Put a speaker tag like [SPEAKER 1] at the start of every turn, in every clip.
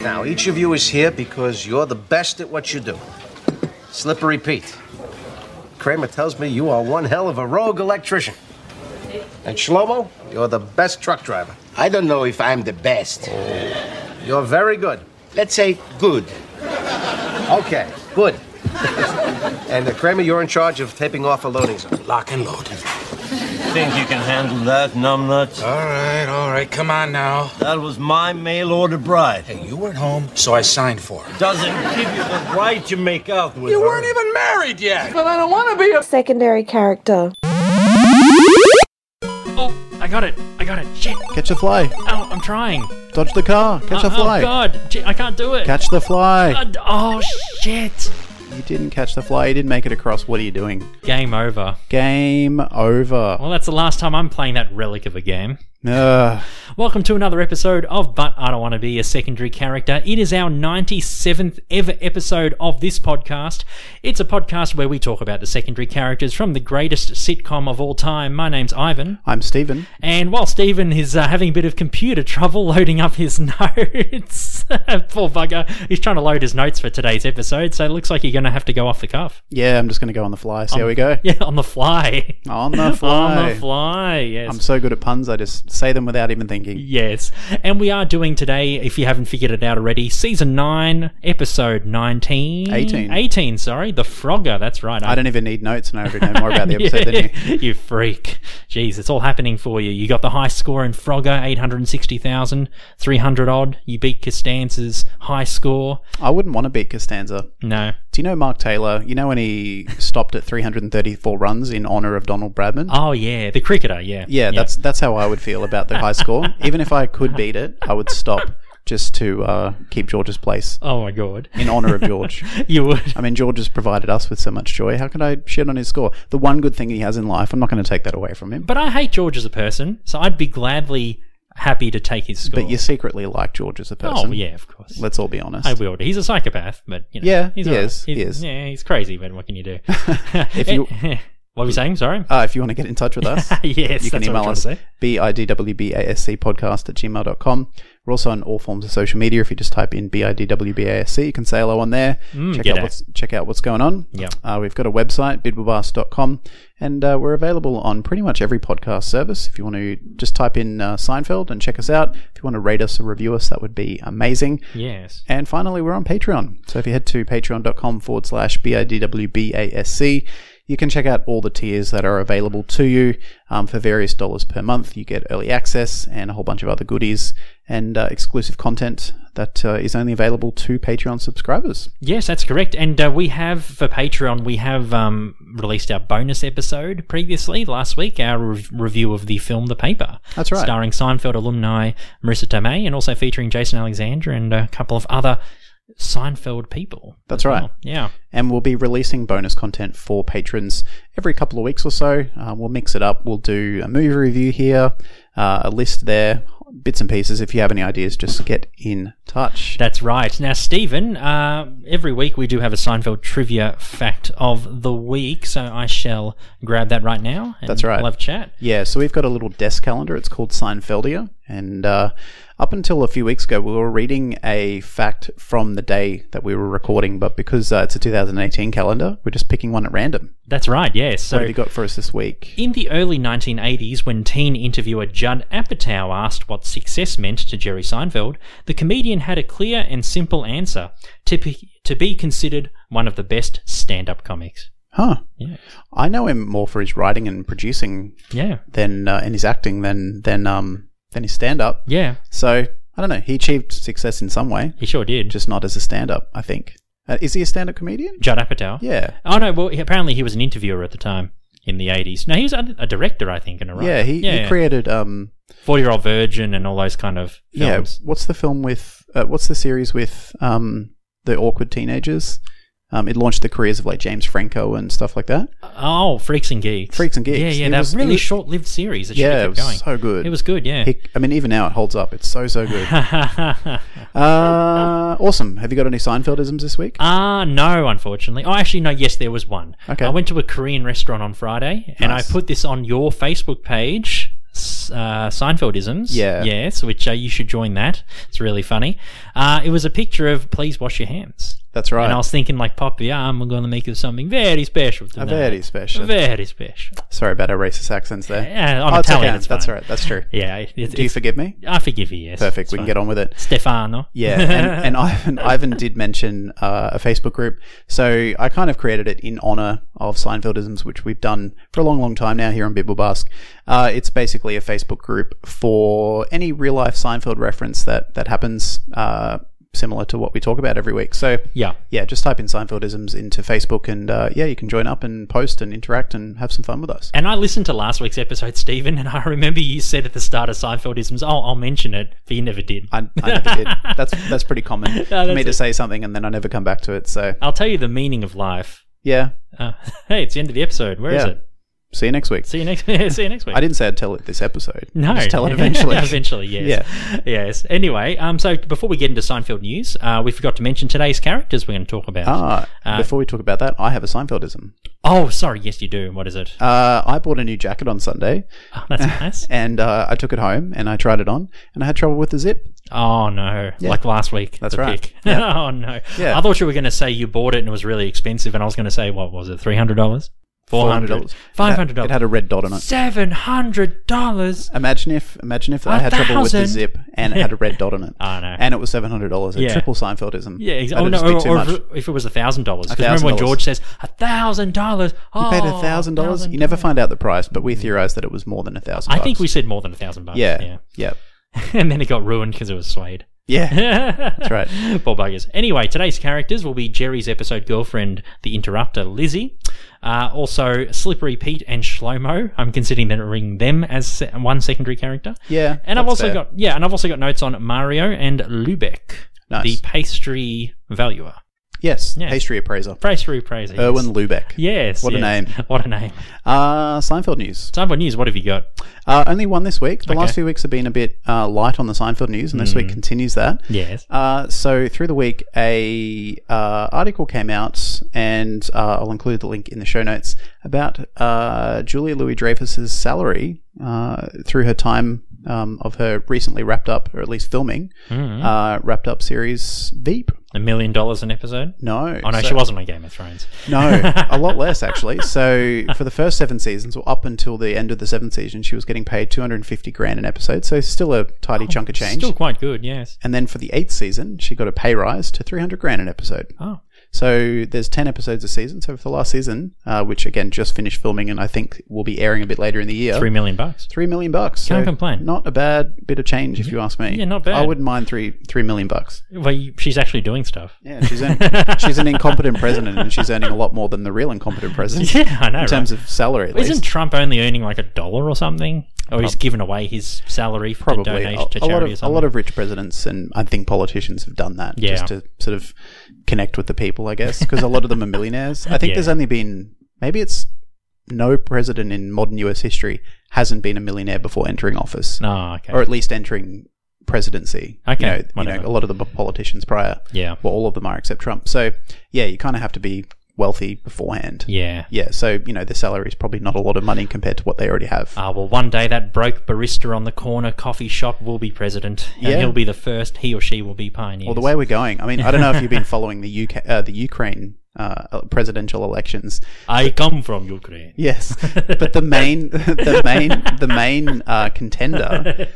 [SPEAKER 1] Now, each of you is here because you're the best at what you do. Slippery Pete. Kramer tells me you are one hell of a rogue electrician. And Shlomo, you're the best truck driver. Oh.
[SPEAKER 2] I don't know if I'm the best.
[SPEAKER 1] You're very good.
[SPEAKER 2] Let's say good.
[SPEAKER 1] Okay, good. and uh, Kramer, you're in charge of taping off a loading zone.
[SPEAKER 3] Lock and load.
[SPEAKER 4] Think you can handle that, numbnuts?
[SPEAKER 3] All right, all right. Come on now.
[SPEAKER 4] That was my mail order bride.
[SPEAKER 3] Hey, you weren't home, so I signed for her.
[SPEAKER 4] Doesn't give you the right to make out with
[SPEAKER 3] You
[SPEAKER 4] her.
[SPEAKER 3] weren't even married yet.
[SPEAKER 5] But I don't want to be a.
[SPEAKER 6] secondary character.
[SPEAKER 7] Oh, I got it. I got it. Shit.
[SPEAKER 8] Catch a fly.
[SPEAKER 7] Ow, I'm trying.
[SPEAKER 8] Dodge the car. Catch
[SPEAKER 7] oh,
[SPEAKER 8] a fly.
[SPEAKER 7] Oh, God. Shit, I can't do it.
[SPEAKER 8] Catch the fly.
[SPEAKER 7] Uh, d- oh, shit.
[SPEAKER 8] You didn't catch the fly. You didn't make it across. What are you doing?
[SPEAKER 7] Game over.
[SPEAKER 8] Game over.
[SPEAKER 7] Well, that's the last time I'm playing that relic of a game.
[SPEAKER 8] Ugh.
[SPEAKER 7] Welcome to another episode of But I Don't Want to Be a Secondary Character. It is our 97th ever episode of this podcast. It's a podcast where we talk about the secondary characters from the greatest sitcom of all time. My name's Ivan.
[SPEAKER 8] I'm Stephen.
[SPEAKER 7] And while Stephen is uh, having a bit of computer trouble loading up his notes, poor bugger, he's trying to load his notes for today's episode, so it looks like you're going to have to go off the cuff.
[SPEAKER 8] Yeah, I'm just going to go on the fly. See how we go.
[SPEAKER 7] Yeah, on the fly.
[SPEAKER 8] Um, On the fly.
[SPEAKER 7] on the fly, yes.
[SPEAKER 8] I'm so good at puns, I just say them without even thinking.
[SPEAKER 7] Yes. And we are doing today, if you haven't figured it out already, season 9, episode 19.
[SPEAKER 8] 18.
[SPEAKER 7] 18, sorry. The Frogger, that's right.
[SPEAKER 8] I don't even need notes, and I already know more about the episode than you.
[SPEAKER 7] you. freak. Jeez, it's all happening for you. You got the high score in Frogger, 860,000, 300 odd. You beat Costanza's high score.
[SPEAKER 8] I wouldn't want to beat Costanza.
[SPEAKER 7] No.
[SPEAKER 8] Do you know Mark Taylor? You know when he stopped at 334 runs in honor of Donald Bradman?
[SPEAKER 7] Oh, yeah, the cricketer, yeah.
[SPEAKER 8] yeah, that's that's how I would feel about the high score. Even if I could beat it, I would stop just to uh, keep George's place
[SPEAKER 7] Oh, my God.
[SPEAKER 8] in honor of George.
[SPEAKER 7] You would.
[SPEAKER 8] I mean, George has provided us with so much joy. How could I shit on his score? The one good thing he has in life, I'm not going to take that away from him. But,
[SPEAKER 7] But I hate George as a person, so I'd be gladly happy to take his score.
[SPEAKER 8] you secretly like George as a person.
[SPEAKER 7] Oh, yeah, of course.
[SPEAKER 8] Let's all be honest.
[SPEAKER 7] I will. He's a psychopath, but you know,
[SPEAKER 8] Yeah,
[SPEAKER 7] he's
[SPEAKER 8] he
[SPEAKER 7] alright.
[SPEAKER 8] is, he
[SPEAKER 7] He's-
[SPEAKER 8] is.
[SPEAKER 7] Yeah, he's crazy, but what can you do?
[SPEAKER 8] If
[SPEAKER 7] Eh.
[SPEAKER 8] you-
[SPEAKER 7] what were you saying? Sorry.
[SPEAKER 8] Uh, if you want to get in touch with us,
[SPEAKER 7] yes,
[SPEAKER 8] you can
[SPEAKER 7] that's
[SPEAKER 8] email
[SPEAKER 7] what I'm
[SPEAKER 8] us
[SPEAKER 7] trying to say.
[SPEAKER 8] bidwbasc podcast at gmail.com. We're also on all forms of social media. If you just type in bidwbasc, you can say hello on there. check, out
[SPEAKER 7] g'day.
[SPEAKER 8] what's, check out what's going on.
[SPEAKER 7] Mm, Yeah.
[SPEAKER 8] Uh, we've got a website, bidwabas.com, and uh, we're available on pretty much every podcast service. If you want to just type in uh, Seinfeld and check us out, if you want to rate us or review us, that would be amazing.
[SPEAKER 7] Yes.
[SPEAKER 8] And finally, we're on Patreon. So if you head to patreon.com forward slash BIDWBASC, you can check out all the tiers that are available to you um, for various dollars per month. You get early access and a whole bunch of other goodies and uh, exclusive content that uh, is only available to Patreon subscribers.
[SPEAKER 7] Yes, that's correct. And uh, we have for Patreon, we have um, released our bonus episode previously last week, our re- review of the film The Paper.
[SPEAKER 8] That's right.
[SPEAKER 7] Starring Seinfeld alumni Marissa Tomei and also featuring Jason Alexander and a couple of other Seinfeld people.
[SPEAKER 8] That's
[SPEAKER 7] as well.
[SPEAKER 8] right.
[SPEAKER 7] Yeah.
[SPEAKER 8] And we'll be releasing bonus content for patrons every couple of weeks or so. Uh, we'll mix it up. We'll do a movie review here, uh, a list there, bits and pieces. If you have any ideas, just get in touch.
[SPEAKER 7] That's right. Now, Stephen, uh, every week we do have a Seinfeld trivia fact of the week, so I shall grab that right now. And
[SPEAKER 8] That's right.
[SPEAKER 7] We'll have a chat.
[SPEAKER 8] Yeah, so we've got a little desk calendar. It's called Seinfeldia. And uh, up until a few weeks ago, we were reading a fact from the day that we were recording. But because uh, it's a 2018 calendar, we're just picking one at random.
[SPEAKER 7] That's right. Yes.
[SPEAKER 8] What
[SPEAKER 7] So.
[SPEAKER 8] have you got for us this week?
[SPEAKER 7] In the early 1980s, when teen interviewer Judd Apatow asked what success meant to Jerry Seinfeld, the comedian had a clear and simple answer to be, to be considered one of the best stand up comics.
[SPEAKER 8] Huh.
[SPEAKER 7] Yeah.
[SPEAKER 8] I know him more for his writing and producing
[SPEAKER 7] Yeah.
[SPEAKER 8] than uh, and his acting than than um than his stand up.
[SPEAKER 7] Yeah.
[SPEAKER 8] So I don't know. He achieved success in some way,
[SPEAKER 7] He sure did.
[SPEAKER 8] just not as a stand up. I think. Uh, is he a stand up comedian?
[SPEAKER 7] Judd Apatow.
[SPEAKER 8] Yeah.
[SPEAKER 7] Oh no! Well, he- apparently he was an interviewer at the time in the eighties. No, he was a, a director, I think, in a row.
[SPEAKER 8] Yeah. He, he created um
[SPEAKER 7] forty-year-old virgin and all those kind of films.
[SPEAKER 8] Yeah, what's the film with? Uh, what's the series with um, the awkward teenagers? Um, it launched the careers of like James Franco and stuff like that.
[SPEAKER 7] Oh, Freaks and Geeks.
[SPEAKER 8] Freaks and Geeks.
[SPEAKER 7] Yeah, yeah.
[SPEAKER 8] It
[SPEAKER 7] That
[SPEAKER 8] was- it
[SPEAKER 7] really
[SPEAKER 8] was-
[SPEAKER 7] short-lived series. It should
[SPEAKER 8] yeah,
[SPEAKER 7] have
[SPEAKER 8] it
[SPEAKER 7] kept
[SPEAKER 8] was
[SPEAKER 7] going.
[SPEAKER 8] so good.
[SPEAKER 7] It was good. Yeah.
[SPEAKER 8] He- I mean, even now it holds up. It's so so good.
[SPEAKER 7] Ah,
[SPEAKER 8] uh, awesome. Have you got any Seinfeldisms this
[SPEAKER 7] Uh,
[SPEAKER 8] week?
[SPEAKER 7] Ah, no, unfortunately. Oh, actually, no, yes, there was one.
[SPEAKER 8] Okay.
[SPEAKER 7] I went to a Korean restaurant on Friday and I
[SPEAKER 8] Nice.
[SPEAKER 7] put this on your Facebook page. S- uh, Seinfeldisms.
[SPEAKER 8] Yeah.
[SPEAKER 7] Yes, which uh, you should join that. It's really funny. Uh, it was a picture of please wash your hands.
[SPEAKER 8] That's right.
[SPEAKER 7] And I was thinking, like, Poppy, I'm going to make you something very special tonight.
[SPEAKER 8] very special.
[SPEAKER 7] Very special.
[SPEAKER 8] Sorry about our racist accents there.
[SPEAKER 7] Yeah, I'm
[SPEAKER 8] oh, it's
[SPEAKER 7] Italian,
[SPEAKER 8] okay.
[SPEAKER 7] it's
[SPEAKER 8] that's
[SPEAKER 7] fine.
[SPEAKER 8] all right. That's true.
[SPEAKER 7] Yeah. It, it,
[SPEAKER 8] Do you
[SPEAKER 7] it's-
[SPEAKER 8] forgive me?
[SPEAKER 7] I forgive you, yes.
[SPEAKER 8] Perfect. We can get on with it.
[SPEAKER 7] Stefano.
[SPEAKER 8] Yeah, and, and Ivan Ivan did mention uh, a Facebook group, so I kind of created it in honor of Seinfeldisms, which we've done for a long, long time now here on Bibblebask. Uh, it's basically a Facebook group for any real life Seinfeld reference that that happens, uh, similar to what we talk about every week. So
[SPEAKER 7] Yeah.
[SPEAKER 8] yeah, just type in Seinfeldisms into Facebook, and uh, yeah, you can join up and post and interact and have some fun with us.
[SPEAKER 7] And I listened to last week's episode, Stephen, and I remember you said at the start of Seinfeldisms, oh, I'll mention it, but you never did.
[SPEAKER 8] I, I never did. That's that's pretty common for
[SPEAKER 7] that's
[SPEAKER 8] me to
[SPEAKER 7] it.
[SPEAKER 8] say something and then I never come back to it. So
[SPEAKER 7] I'll tell you the meaning of life.
[SPEAKER 8] yeah,
[SPEAKER 7] Uh, hey, it's the end of the episode. Where is
[SPEAKER 8] Yeah.
[SPEAKER 7] it?
[SPEAKER 8] see you next week.
[SPEAKER 7] See you next. see you next week.
[SPEAKER 8] I didn't say I'd tell it this episode.
[SPEAKER 7] No,
[SPEAKER 8] I'll just tell it eventually.
[SPEAKER 7] eventually, yes. Yes. Anyway, um, so before we get into Seinfeld news, uh, we forgot to mention today's characters we're going to talk about.
[SPEAKER 8] Ah, before we talk about that, I have a Seinfeldism.
[SPEAKER 7] oh, sorry. Yes, you do. What is it?
[SPEAKER 8] Uh, I bought a new jacket on Sunday,
[SPEAKER 7] oh, that's nice.
[SPEAKER 8] and uh, I took it home and I tried it on, and I had trouble with the zip.
[SPEAKER 7] Oh no! Like last week,
[SPEAKER 8] That's
[SPEAKER 7] the
[SPEAKER 8] right.
[SPEAKER 7] pick.
[SPEAKER 8] Yeah.
[SPEAKER 7] oh no!
[SPEAKER 8] Yeah.
[SPEAKER 7] I thought you were going to say you bought it and it was really expensive, and I was going to say what was it? Three hundred dollars? Four hundred dollars?
[SPEAKER 8] $400.
[SPEAKER 7] Five hundred
[SPEAKER 8] It had
[SPEAKER 7] dollars?
[SPEAKER 8] a red dot on it.
[SPEAKER 7] Seven hundred dollars?
[SPEAKER 8] Imagine if, imagine if I had trouble with the
[SPEAKER 7] 1,000?
[SPEAKER 8] zip and it had a red dot on it.
[SPEAKER 7] I know.
[SPEAKER 8] And it was seven hundred dollars. A
[SPEAKER 7] Oh, Yeah.
[SPEAKER 8] triple Seinfeldism.
[SPEAKER 7] Yeah,
[SPEAKER 8] That'd
[SPEAKER 7] exactly. Oh,
[SPEAKER 8] just
[SPEAKER 7] no,
[SPEAKER 8] be too
[SPEAKER 7] or, or
[SPEAKER 8] much.
[SPEAKER 7] if, if it was a thousand dollars. Because remember when
[SPEAKER 8] $1,000.
[SPEAKER 7] George says a thousand dollars? Oh,
[SPEAKER 8] You paid a thousand dollars. You never find out the price, but we theorized that it was more than a thousand.
[SPEAKER 7] I think we said more than a thousand bucks.
[SPEAKER 8] Yeah.
[SPEAKER 7] yeah.
[SPEAKER 8] Yeah. Yeah.
[SPEAKER 7] and then it got ruined because it was suede.
[SPEAKER 8] That's right.
[SPEAKER 7] Poor buggers. Anyway, today's characters will be Jerry's episode girlfriend, the interrupter, Lizzie. Uh, also, Slippery Pete and Shlomo. I'm considering them ring them as se- one secondary character.
[SPEAKER 8] Yeah,
[SPEAKER 7] and I've
[SPEAKER 8] that's
[SPEAKER 7] also
[SPEAKER 8] fair.
[SPEAKER 7] got yeah, and I've also got notes on Mario and Lubeck,
[SPEAKER 8] Nice.
[SPEAKER 7] the pastry valuer,
[SPEAKER 8] Yes.
[SPEAKER 7] Yes.
[SPEAKER 8] Pastry appraiser.
[SPEAKER 7] pastry appraiser. yes.
[SPEAKER 8] Erwin Lubeck.
[SPEAKER 7] Yes.
[SPEAKER 8] What a
[SPEAKER 7] yes.
[SPEAKER 8] name.
[SPEAKER 7] What a name.
[SPEAKER 8] Uh, Seinfeld news.
[SPEAKER 7] Time for news. What have you got?
[SPEAKER 8] Uh, only one this week. The
[SPEAKER 7] Okay. Hmm.
[SPEAKER 8] last few weeks have been a bit uh, light on the Seinfeld news, and this week continues that.
[SPEAKER 7] Yes.
[SPEAKER 8] Uh, so through the week, a uh, article came out, and uh, I'll include the link in the show notes about uh, Julia Louis Dreyfus's salary uh, through her time um, of her recently wrapped up, or at least filming,
[SPEAKER 7] Hmm.
[SPEAKER 8] uh, wrapped up series Veep.
[SPEAKER 7] A million dollars an episode.
[SPEAKER 8] No,
[SPEAKER 7] Oh no,
[SPEAKER 8] so-
[SPEAKER 7] she wasn't on Game of Thrones.
[SPEAKER 8] no, a lot less actually. So for the first seven seasons, or up until the end of the seventh season, she was getting paid two hundred and fifty grand an episode. So still a tidy chunk of change.
[SPEAKER 7] Oh, Still quite good. Yes.
[SPEAKER 8] And then for the eighth season, she got a pay rise to three hundred grand an episode.
[SPEAKER 7] Oh.
[SPEAKER 8] So there's ten episodes a season. So for the last season, uh, which again just finished filming and I think will be airing a bit later in the year,
[SPEAKER 7] Three million bucks.
[SPEAKER 8] three million bucks.
[SPEAKER 7] Can't
[SPEAKER 8] So
[SPEAKER 7] complain. Mm-hmm.
[SPEAKER 8] Not a bad bit of change if you ask me.
[SPEAKER 7] Yeah, not bad.
[SPEAKER 8] I wouldn't mind three three million bucks.
[SPEAKER 7] Well, you- she's actually doing stuff.
[SPEAKER 8] Yeah, she's earn- she's an incompetent president, and she's earning a lot more than the real incompetent president.
[SPEAKER 7] Yeah, I know.
[SPEAKER 8] in terms of salary, at
[SPEAKER 7] Isn't
[SPEAKER 8] least.
[SPEAKER 7] Trump only earning like a dollar or something? Or he's given away his salary for to
[SPEAKER 8] probably a,
[SPEAKER 7] donation to
[SPEAKER 8] a
[SPEAKER 7] charity
[SPEAKER 8] lot
[SPEAKER 7] or
[SPEAKER 8] of a
[SPEAKER 7] something?
[SPEAKER 8] lot of rich presidents and I think politicians have done that
[SPEAKER 7] Yeah.
[SPEAKER 8] just to sort of connect with the people, I guess, because a lot of them are millionaires. I think
[SPEAKER 7] Yeah.
[SPEAKER 8] there's only been maybe it's no president in modern U.S. history hasn't been a millionaire before entering office,
[SPEAKER 7] Oh, okay.
[SPEAKER 8] or at least entering presidency.
[SPEAKER 7] Okay,
[SPEAKER 8] you know, you know,
[SPEAKER 7] whatever.
[SPEAKER 8] a lot of the politicians prior,
[SPEAKER 7] Yeah.
[SPEAKER 8] well, all of them are except Trump. So yeah, you kind of have to be wealthy beforehand.
[SPEAKER 7] yeah.
[SPEAKER 8] Yeah, so you know the salary is probably not a lot of money compared to what they already have.
[SPEAKER 7] Ah, well, one day that broke barista on the corner coffee shop will be president, and
[SPEAKER 8] Yeah.
[SPEAKER 7] he'll be the first. He or she will be pioneers.
[SPEAKER 8] Well, the way we're going, I mean, I don't know if you've been following the UK, uh, the Ukraine uh, presidential elections.
[SPEAKER 7] I come from Ukraine.
[SPEAKER 8] Yes, but the main, the main, the main uh, contender,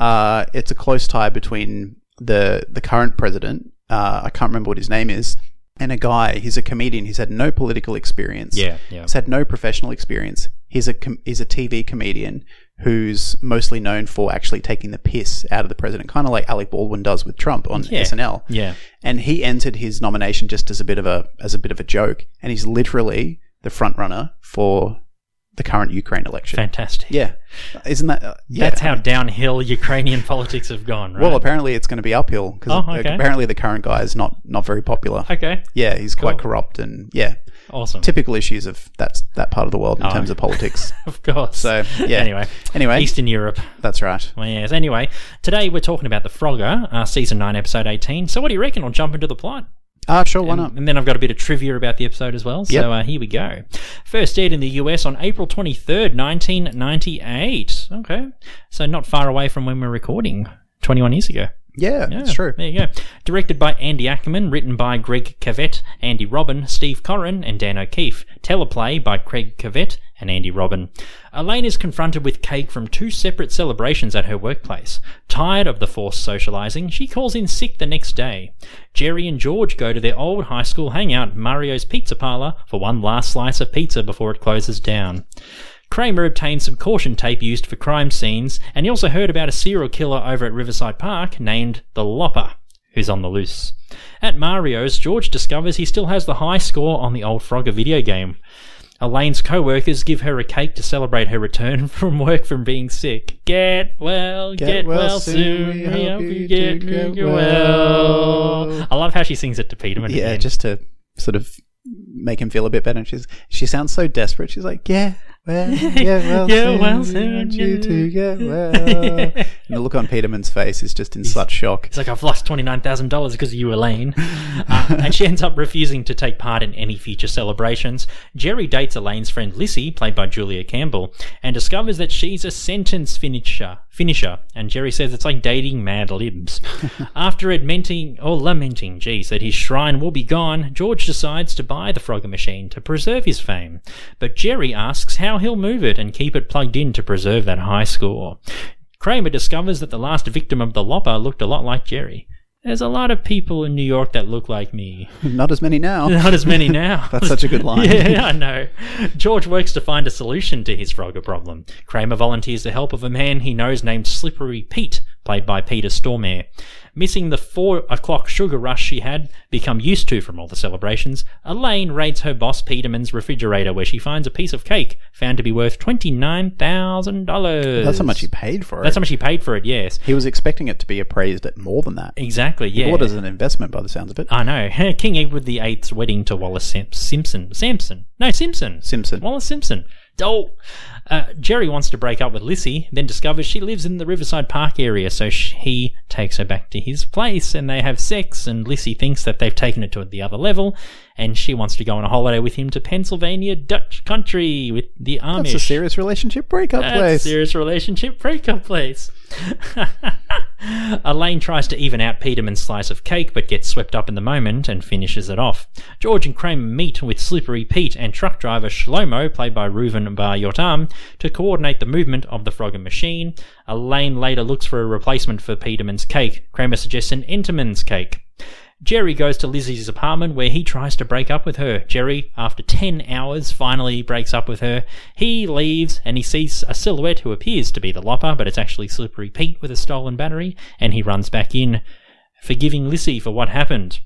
[SPEAKER 8] uh, it's a close tie between the the current president. Uh, I can't remember what his name is, and a guy. He's a comedian. He's had no political experience.
[SPEAKER 7] Yeah, yeah.
[SPEAKER 8] He's had no professional experience. He's a com- he's a TV comedian who's mostly known for actually taking the piss out of the president, kind of like Alec Baldwin does with Trump on
[SPEAKER 7] Yeah.
[SPEAKER 8] SNL
[SPEAKER 7] Yeah.
[SPEAKER 8] and he entered his nomination just as a bit of a as a bit of a joke, and he's literally the front runner for the current Ukraine election.
[SPEAKER 7] Fantastic.
[SPEAKER 8] Yeah, isn't that? Uh, yeah.
[SPEAKER 7] That's how downhill Ukrainian politics have gone, right?
[SPEAKER 8] Well, apparently it's going to be uphill because
[SPEAKER 7] Oh, okay.
[SPEAKER 8] apparently the current guy is not not very popular.
[SPEAKER 7] okay.
[SPEAKER 8] Yeah, he's quite
[SPEAKER 7] Cool.
[SPEAKER 8] corrupt and yeah,
[SPEAKER 7] Awesome.
[SPEAKER 8] typical issues of that that part of the world in terms of politics.
[SPEAKER 7] of course.
[SPEAKER 8] So yeah.
[SPEAKER 7] Oh, Anyway.
[SPEAKER 8] anyway,
[SPEAKER 7] Eastern Europe.
[SPEAKER 8] that's right.
[SPEAKER 7] Well, yes. Anyway, today we're talking about The Frogger, uh, season 9, episode 18. So, what do you reckon? I'll jump into the plot.
[SPEAKER 8] Ah, sure, why not?
[SPEAKER 7] And then I've got a bit of trivia about the episode as well. So
[SPEAKER 8] Yep.
[SPEAKER 7] uh, here we go. First aired in the US on April 23rd, 1998. Okay. So not far away from when we're recording, 21 years ago.
[SPEAKER 8] Yeah, that's true.
[SPEAKER 7] There you go. Directed by Andy Ackerman, written by Greg Cavett, Andy Robin, Steve Corrin, and Dan O'Keefe. Teleplay by Craig Cavett and Andy Robin. Elaine is confronted with cake from two separate celebrations at her workplace. Tired of the forced socializing, she calls in sick the next day. Jerry and George go to their old high school hangout, Mario's Pizza Parlor, for one last slice of pizza before it closes down. Kramer obtained some caution tape used for crime scenes, and he also heard about a serial killer over at Riverside Park named the Lopper, who's on the loose. At Mario's, George discovers he still has the high score on the old Frogger video game. Elaine's co workers give her a cake to celebrate her return from work from being sick. Get well, get, well, soon. We hope you get,
[SPEAKER 8] do get
[SPEAKER 7] well.
[SPEAKER 8] well.
[SPEAKER 7] I love how she sings it to Peterman. at the
[SPEAKER 8] Yeah,
[SPEAKER 7] end.
[SPEAKER 8] just to sort of make him feel a bit better. And she's she sounds so desperate. She's like, yeah, well, yeah, well,
[SPEAKER 7] Yeah,
[SPEAKER 8] soon
[SPEAKER 7] well,
[SPEAKER 8] we
[SPEAKER 7] soon,
[SPEAKER 8] want you
[SPEAKER 7] yeah."
[SPEAKER 8] to get well. and the look on Peterman's face is just in such shock.
[SPEAKER 7] It's like I've lost twenty nine thousand dollars because of you, Elaine. Uh, and she ends up refusing to take part in any future celebrations. Jerry dates Elaine's friend Lissy, played by Julia Campbell, and discovers that she's a sentence finisher. Finisher, and Jerry says it's like dating Mad Libs. After admitting or lamenting, geez, that his shrine will be gone, George decides to buy the Frogger machine to preserve his fame. But Jerry asks how he'll move it and keep it plugged in to preserve that high score. Kramer discovers that the last victim of the lopper looked a lot like Jerry. There's a lot of people in New York that look like me.
[SPEAKER 8] Not as many now.
[SPEAKER 7] Not as many now.
[SPEAKER 8] That's such a good line.
[SPEAKER 7] yeah, I know. George works to find a solution to his Frogger problem. Kramer volunteers the help of a man he knows named Slippery Pete, played by Peter Stormare. Missing the four o'clock sugar rush she had become used to from all the celebrations, Elaine raids her boss Peterman's refrigerator where she finds a piece of cake found to be worth $29,000.
[SPEAKER 8] That's how much he paid for it.
[SPEAKER 7] That's how much he paid for it, yes.
[SPEAKER 8] he was expecting it to be appraised at more than that.
[SPEAKER 7] Exactly, yeah.
[SPEAKER 8] What is an investment by the sounds of it?
[SPEAKER 7] I know. King Edward VIII's wedding to Wallace Sim- Simpson. Sampson. No, Simpson.
[SPEAKER 8] Simpson.
[SPEAKER 7] Wallace Simpson. Oh. Uh, Jerry wants to break up with Lissy, then discovers she lives in the Riverside Park area, so sh he takes her back to his place and they have sex, and Lissy thinks that they've taken it to the other level, and she wants to go on a holiday with him to Pennsylvania Dutch country with the Amish.
[SPEAKER 8] That's a serious relationship breakup
[SPEAKER 7] That's
[SPEAKER 8] place.
[SPEAKER 7] serious relationship breakup place. Elaine tries to even out Peterman's slice of cake, but gets swept up in the moment and finishes it off. George and Kramer meet with Slippery Pete and truck driver Shlomo, played by Reuven Bar Yotam, to coordinate the movement of the Frogger machine. Elaine later looks for a replacement for Peterman's cake. Kramer suggests an Enterman's cake. Jerry goes to Lizzie's apartment where he tries to break up with her. Jerry, after 10 hours, finally breaks up with her. He leaves and he sees a silhouette who appears to be the Lopper, but it's actually Slippery Pete with a stolen battery, and he runs back in, forgiving Lizzie for what happened.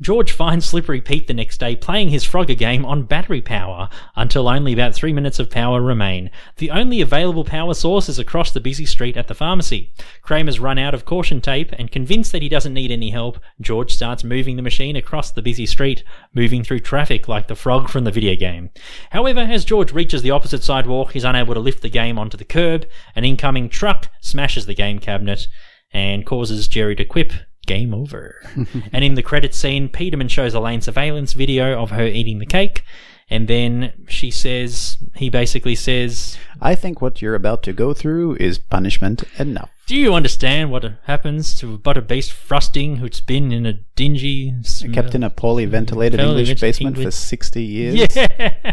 [SPEAKER 7] George finds Slippery Pete the next day playing his Frogger game on battery power until only about three minutes of power remain. The only available power source is across the busy street at the pharmacy. Kramer's run out of caution tape and convinced that he doesn't need any help, George starts moving the machine across the busy street, moving through traffic like the frog from the video game. However, as George reaches the opposite sidewalk, he's unable to lift the game onto the curb. An incoming truck smashes the game cabinet and causes Jerry to quip, Game over. and in the credit scene, Peterman shows Elaine surveillance video of her eating the cake. And then she says, he basically says,
[SPEAKER 8] I think what you're about to go through is punishment enough.
[SPEAKER 7] Do you understand what happens to a butter beast frosting who's been in a dingy. Smell?
[SPEAKER 8] Kept in a poorly ventilated
[SPEAKER 7] Fairly
[SPEAKER 8] English
[SPEAKER 7] vent-
[SPEAKER 8] basement for
[SPEAKER 7] English-
[SPEAKER 8] 60 years.
[SPEAKER 7] Yeah!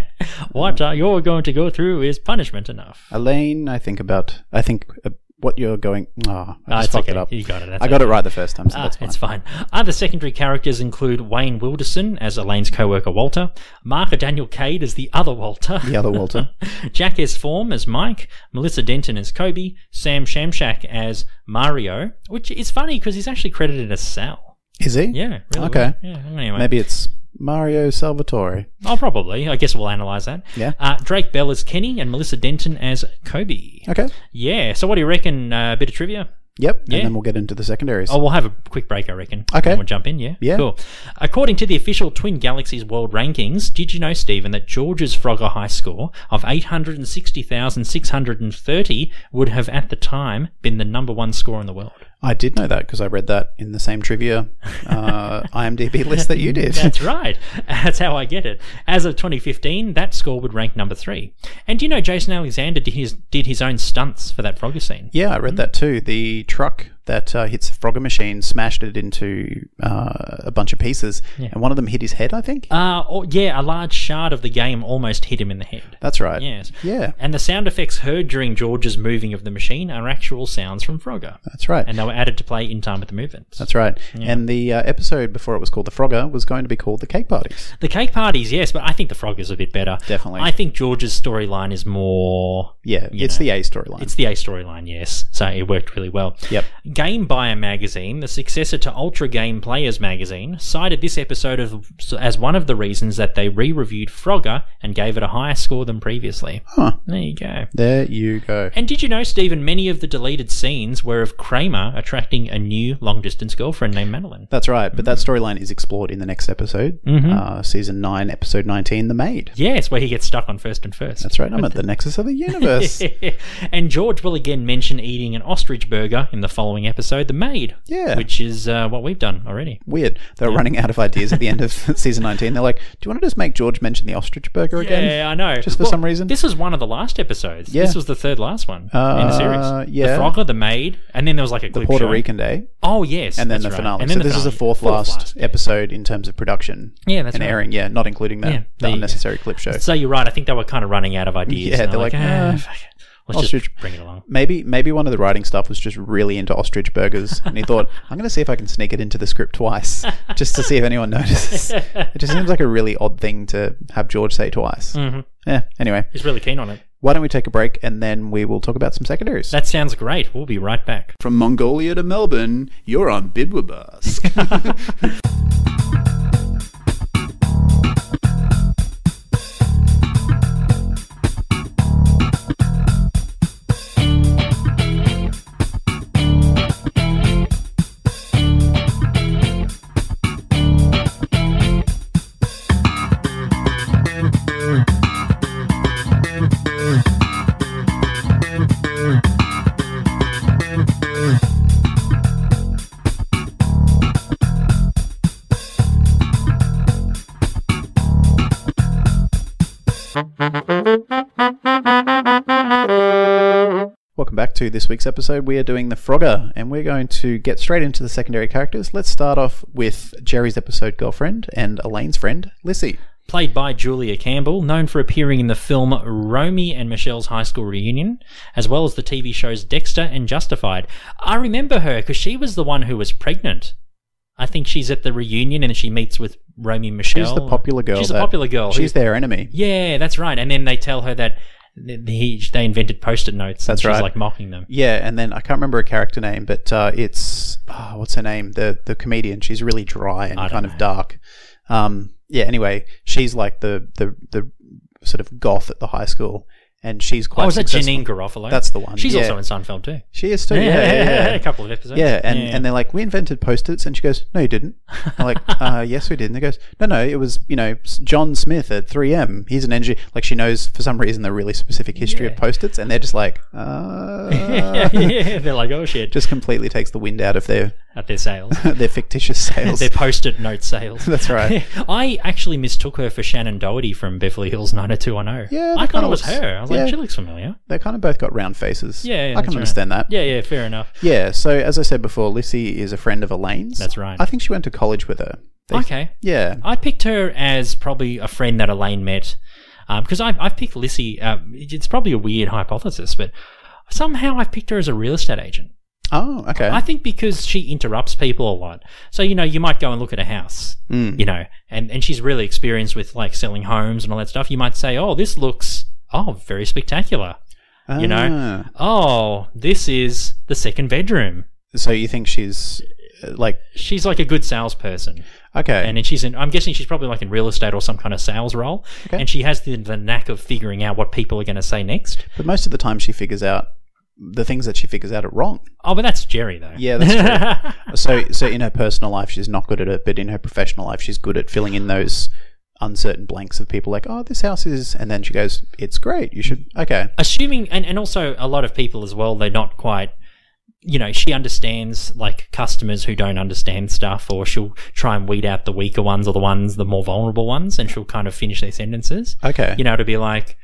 [SPEAKER 7] what are you're going to go through is punishment enough.
[SPEAKER 8] Elaine, I think about. I think uh, what you're going. Oh, I
[SPEAKER 7] Ah,
[SPEAKER 8] just
[SPEAKER 7] it's
[SPEAKER 8] fucked
[SPEAKER 7] okay.
[SPEAKER 8] it up.
[SPEAKER 7] You got it. That's
[SPEAKER 8] I got it right the first time, so
[SPEAKER 7] Ah,
[SPEAKER 8] that's fine.
[SPEAKER 7] it's fine. Other secondary characters include Wayne Wilderson as Elaine's co-worker Walter, Mark Daniel Cade as the other Walter,
[SPEAKER 8] The other Walter.
[SPEAKER 7] Jack S. Form as Mike, Melissa Denton as Kobe, Sam Shamshak as Mario, which is funny because he's actually credited as Sal.
[SPEAKER 8] Is he?
[SPEAKER 7] Yeah. really
[SPEAKER 8] Okay.
[SPEAKER 7] weird. Yeah. Anyway.
[SPEAKER 8] Maybe it's Mario Salvatore.
[SPEAKER 7] Oh, probably. I guess we'll analyze that.
[SPEAKER 8] Yeah.
[SPEAKER 7] Uh, Drake Bell as Kenny and Melissa Denton as Kobe.
[SPEAKER 8] Okay.
[SPEAKER 7] Yeah. So what do you reckon? Uh, A bit of trivia.
[SPEAKER 8] Yep.
[SPEAKER 7] Yeah.
[SPEAKER 8] And then we'll get into the secondaries.
[SPEAKER 7] Oh, we'll have a quick break, I reckon.
[SPEAKER 8] Okay.
[SPEAKER 7] Then we'll jump in, yeah?
[SPEAKER 8] Yeah.
[SPEAKER 7] Cool. According to the official Twin Galaxies World Rankings, did you know, Stephen, that George's Frogger High score of 860,630 would have at the time been the number one score in the world?
[SPEAKER 8] I did know that because I read that in the same trivia uh, IMDb list that you did.
[SPEAKER 7] That's right. That's how I get it. As of 2015, that score would rank number three. And do you know Jason Alexander did his did his own stunts for that Frogger scene?
[SPEAKER 8] Yeah, I read that too. The truck that uh, hits the Frogger machine smashed it into uh, a bunch of pieces, and one of them hit his head, I think.
[SPEAKER 7] Uh, or, yeah, a large shard of the game almost hit him in the head.
[SPEAKER 8] That's right.
[SPEAKER 7] Yes.
[SPEAKER 8] Yeah,
[SPEAKER 7] And the sound effects heard during George's moving of the machine are actual sounds from Frogger.
[SPEAKER 8] that's right.
[SPEAKER 7] And they were added to play in time with the movements.
[SPEAKER 8] that's right. And the uh, episode before it was called The Frogger was going to be called The Cake Parties.
[SPEAKER 7] The cake parties, yes, but I think the Frogger's a bit better.
[SPEAKER 8] Definitely.
[SPEAKER 7] I think George's storyline is more.
[SPEAKER 8] Yeah,
[SPEAKER 7] you
[SPEAKER 8] it's
[SPEAKER 7] know,
[SPEAKER 8] the A storyline.
[SPEAKER 7] It's the A storyline, yes. So it worked really well.
[SPEAKER 8] Yep.
[SPEAKER 7] Game Buyer magazine, the successor to Ultra Game Players magazine, cited this episode of, as one of the reasons that they re-reviewed Frogger and gave it a higher score than previously.
[SPEAKER 8] Huh.
[SPEAKER 7] There you go.
[SPEAKER 8] There you go.
[SPEAKER 7] And did you know, Stephen, many of the deleted scenes were of Kramer attracting a new long distance girlfriend named Madeline?
[SPEAKER 8] That's right. But
[SPEAKER 7] Mm-hmm.
[SPEAKER 8] that storyline is explored in the next episode, uh, season nine, episode nineteen, The Maid.
[SPEAKER 7] Yes, where he gets stuck on first and first.
[SPEAKER 8] That's right. I'm at the nexus of the universe.
[SPEAKER 7] and George will again mention eating an ostrich burger in the following episode, The Maid.
[SPEAKER 8] Yeah.
[SPEAKER 7] Which is uh, what we've done already.
[SPEAKER 8] Weird. They're running out of ideas at the end of season 19. They're like, do you want to just make George mention the ostrich burger again?
[SPEAKER 7] Yeah, I know.
[SPEAKER 8] Just for
[SPEAKER 7] Well,
[SPEAKER 8] some reason?
[SPEAKER 7] This was one of the last episodes.
[SPEAKER 8] Yeah.
[SPEAKER 7] This was the third last one in the
[SPEAKER 8] Uh,
[SPEAKER 7] series.
[SPEAKER 8] yeah.
[SPEAKER 7] The Frogger, The Maid, and then there was like a
[SPEAKER 8] the
[SPEAKER 7] clip
[SPEAKER 8] Puerto
[SPEAKER 7] show.
[SPEAKER 8] Rican Day,
[SPEAKER 7] Oh, yes.
[SPEAKER 8] and then
[SPEAKER 7] that's
[SPEAKER 8] the
[SPEAKER 7] right.
[SPEAKER 8] finale.
[SPEAKER 7] And then
[SPEAKER 8] so this is the
[SPEAKER 7] finale.
[SPEAKER 8] fourth, last,
[SPEAKER 7] last.
[SPEAKER 8] episode in terms of production.
[SPEAKER 7] Yeah, that's
[SPEAKER 8] and
[SPEAKER 7] right.
[SPEAKER 8] airing. Yeah, not including that
[SPEAKER 7] Yeah,
[SPEAKER 8] the
[SPEAKER 7] there you go.
[SPEAKER 8] unnecessary clip show.
[SPEAKER 7] So you're right. I think they were kind of running out of ideas.
[SPEAKER 8] Yeah,
[SPEAKER 7] and
[SPEAKER 8] they're like,
[SPEAKER 7] ah,
[SPEAKER 8] "Uh,
[SPEAKER 7] fuck it. let's
[SPEAKER 8] ostrich-
[SPEAKER 7] just bring it along.
[SPEAKER 8] Maybe maybe one of the writing staff was just really into ostrich burgers, and he thought, "I'm going to see if I can sneak it into the script twice, just to see if anyone notices." It just seems like a really odd thing to have George say twice. Mm-hmm. Yeah. Anyway,
[SPEAKER 7] He's really keen on it.
[SPEAKER 8] why don't we take a break and then we will talk about some secondaries.
[SPEAKER 7] That sounds great. We'll be right back.
[SPEAKER 8] From Mongolia to Melbourne, you're on Bidwabask. Welcome back to this week's episode. We are doing the Frogger, and we're going to get straight into the secondary characters. Let's start off with Jerry's episode girlfriend and Elaine's friend, Lissy.
[SPEAKER 7] Played by Julia Campbell, known for appearing in the film Romy and Michelle's High School Reunion, as well as the TV shows Dexter and Justified. I remember her because she was the one who was pregnant. I think she's at the reunion and she meets with Romy and Michelle.
[SPEAKER 8] She's the popular girl.
[SPEAKER 7] Oh, She's the
[SPEAKER 8] that-
[SPEAKER 7] popular girl. who-
[SPEAKER 8] She's their enemy.
[SPEAKER 7] Yeah, that's right. And then they tell her that th- he, they invented post-it notes.
[SPEAKER 8] That's
[SPEAKER 7] and she's
[SPEAKER 8] right.
[SPEAKER 7] like mocking them.
[SPEAKER 8] Yeah, and then I can't remember her character name, but uh, it's ah, what's her name? The the comedian. She's really dry and
[SPEAKER 7] don't
[SPEAKER 8] kind of dark. Um, yeah. Anyway, she's like the the the sort of goth at the high school, and she's quite.
[SPEAKER 7] Oh, is that
[SPEAKER 8] successful.
[SPEAKER 7] Janine Garofalo?
[SPEAKER 8] That's the one,
[SPEAKER 7] She's
[SPEAKER 8] yeah.
[SPEAKER 7] also in Seinfeld too.
[SPEAKER 8] She is too. Yeah, yeah, yeah.
[SPEAKER 7] a couple of episodes.
[SPEAKER 8] Yeah, and, and they're like, we invented post-its, and she goes, no, you didn't. I'm like, uh, yes, we did. And he goes, no, no, it was you know S- John Smith at 3M. He's an engineer. Like she knows for some reason the really specific history of post-its, and they're just like, uh,
[SPEAKER 7] yeah, they're like, oh shit,
[SPEAKER 8] just completely takes the wind out of their
[SPEAKER 7] at their sales.
[SPEAKER 8] their fictitious sales.
[SPEAKER 7] They're post-it note sales.
[SPEAKER 8] That's right.
[SPEAKER 7] I actually mistook her for Shannon Doherty from Beverly Hills 90210.
[SPEAKER 8] Yeah,
[SPEAKER 7] oh. I
[SPEAKER 8] that
[SPEAKER 7] thought
[SPEAKER 8] kinda
[SPEAKER 7] it was
[SPEAKER 8] looks-
[SPEAKER 7] her. I was
[SPEAKER 8] yeah.
[SPEAKER 7] like, she looks familiar.
[SPEAKER 8] they kind of both got round faces.
[SPEAKER 7] Yeah, yeah
[SPEAKER 8] I
[SPEAKER 7] that's
[SPEAKER 8] can
[SPEAKER 7] right.
[SPEAKER 8] understand that.
[SPEAKER 7] Yeah, yeah, fair enough.
[SPEAKER 8] yeah. So as I said before, Lissy is a friend of Elaine's.
[SPEAKER 7] That's right.
[SPEAKER 8] I think she went to college with her. They-
[SPEAKER 7] Okay.
[SPEAKER 8] Yeah.
[SPEAKER 7] I picked her as probably a friend that Elaine met, because I've, I've picked Lissy. Um, it's probably a weird hypothesis, but somehow I've picked her as a real estate agent.
[SPEAKER 8] Oh, okay.
[SPEAKER 7] I think because she interrupts people a lot. So, you know, you might go and look at a house, you know, and, and she's really experienced with like selling homes and all that stuff. You might say, oh, this looks, oh, very spectacular. You know, oh, this is the second bedroom.
[SPEAKER 8] So you think she's uh, like
[SPEAKER 7] She's like a good salesperson.
[SPEAKER 8] okay?
[SPEAKER 7] And then she's in, I'm guessing she's probably like in real estate or some kind of sales role. And she has the, the knack of figuring out what people are going to say next.
[SPEAKER 8] But most of the time, she figures out the things that she figures out are wrong.
[SPEAKER 7] Oh, but that's Jerry, though.
[SPEAKER 8] Yeah, that's true. so, so in her personal life, she's not good at it, but in her professional life, she's good at filling in those uncertain blanks of people like, "Oh, this house is," and then she goes, "It's great. You should." Okay,
[SPEAKER 7] assuming and, and also a lot of people as well they're not quite you know, she understands like customers who don't understand stuff, or she'll try and weed out the weaker ones or the ones, the more vulnerable ones, and she'll kind of finish their sentences.
[SPEAKER 8] Okay.
[SPEAKER 7] You know, to be like,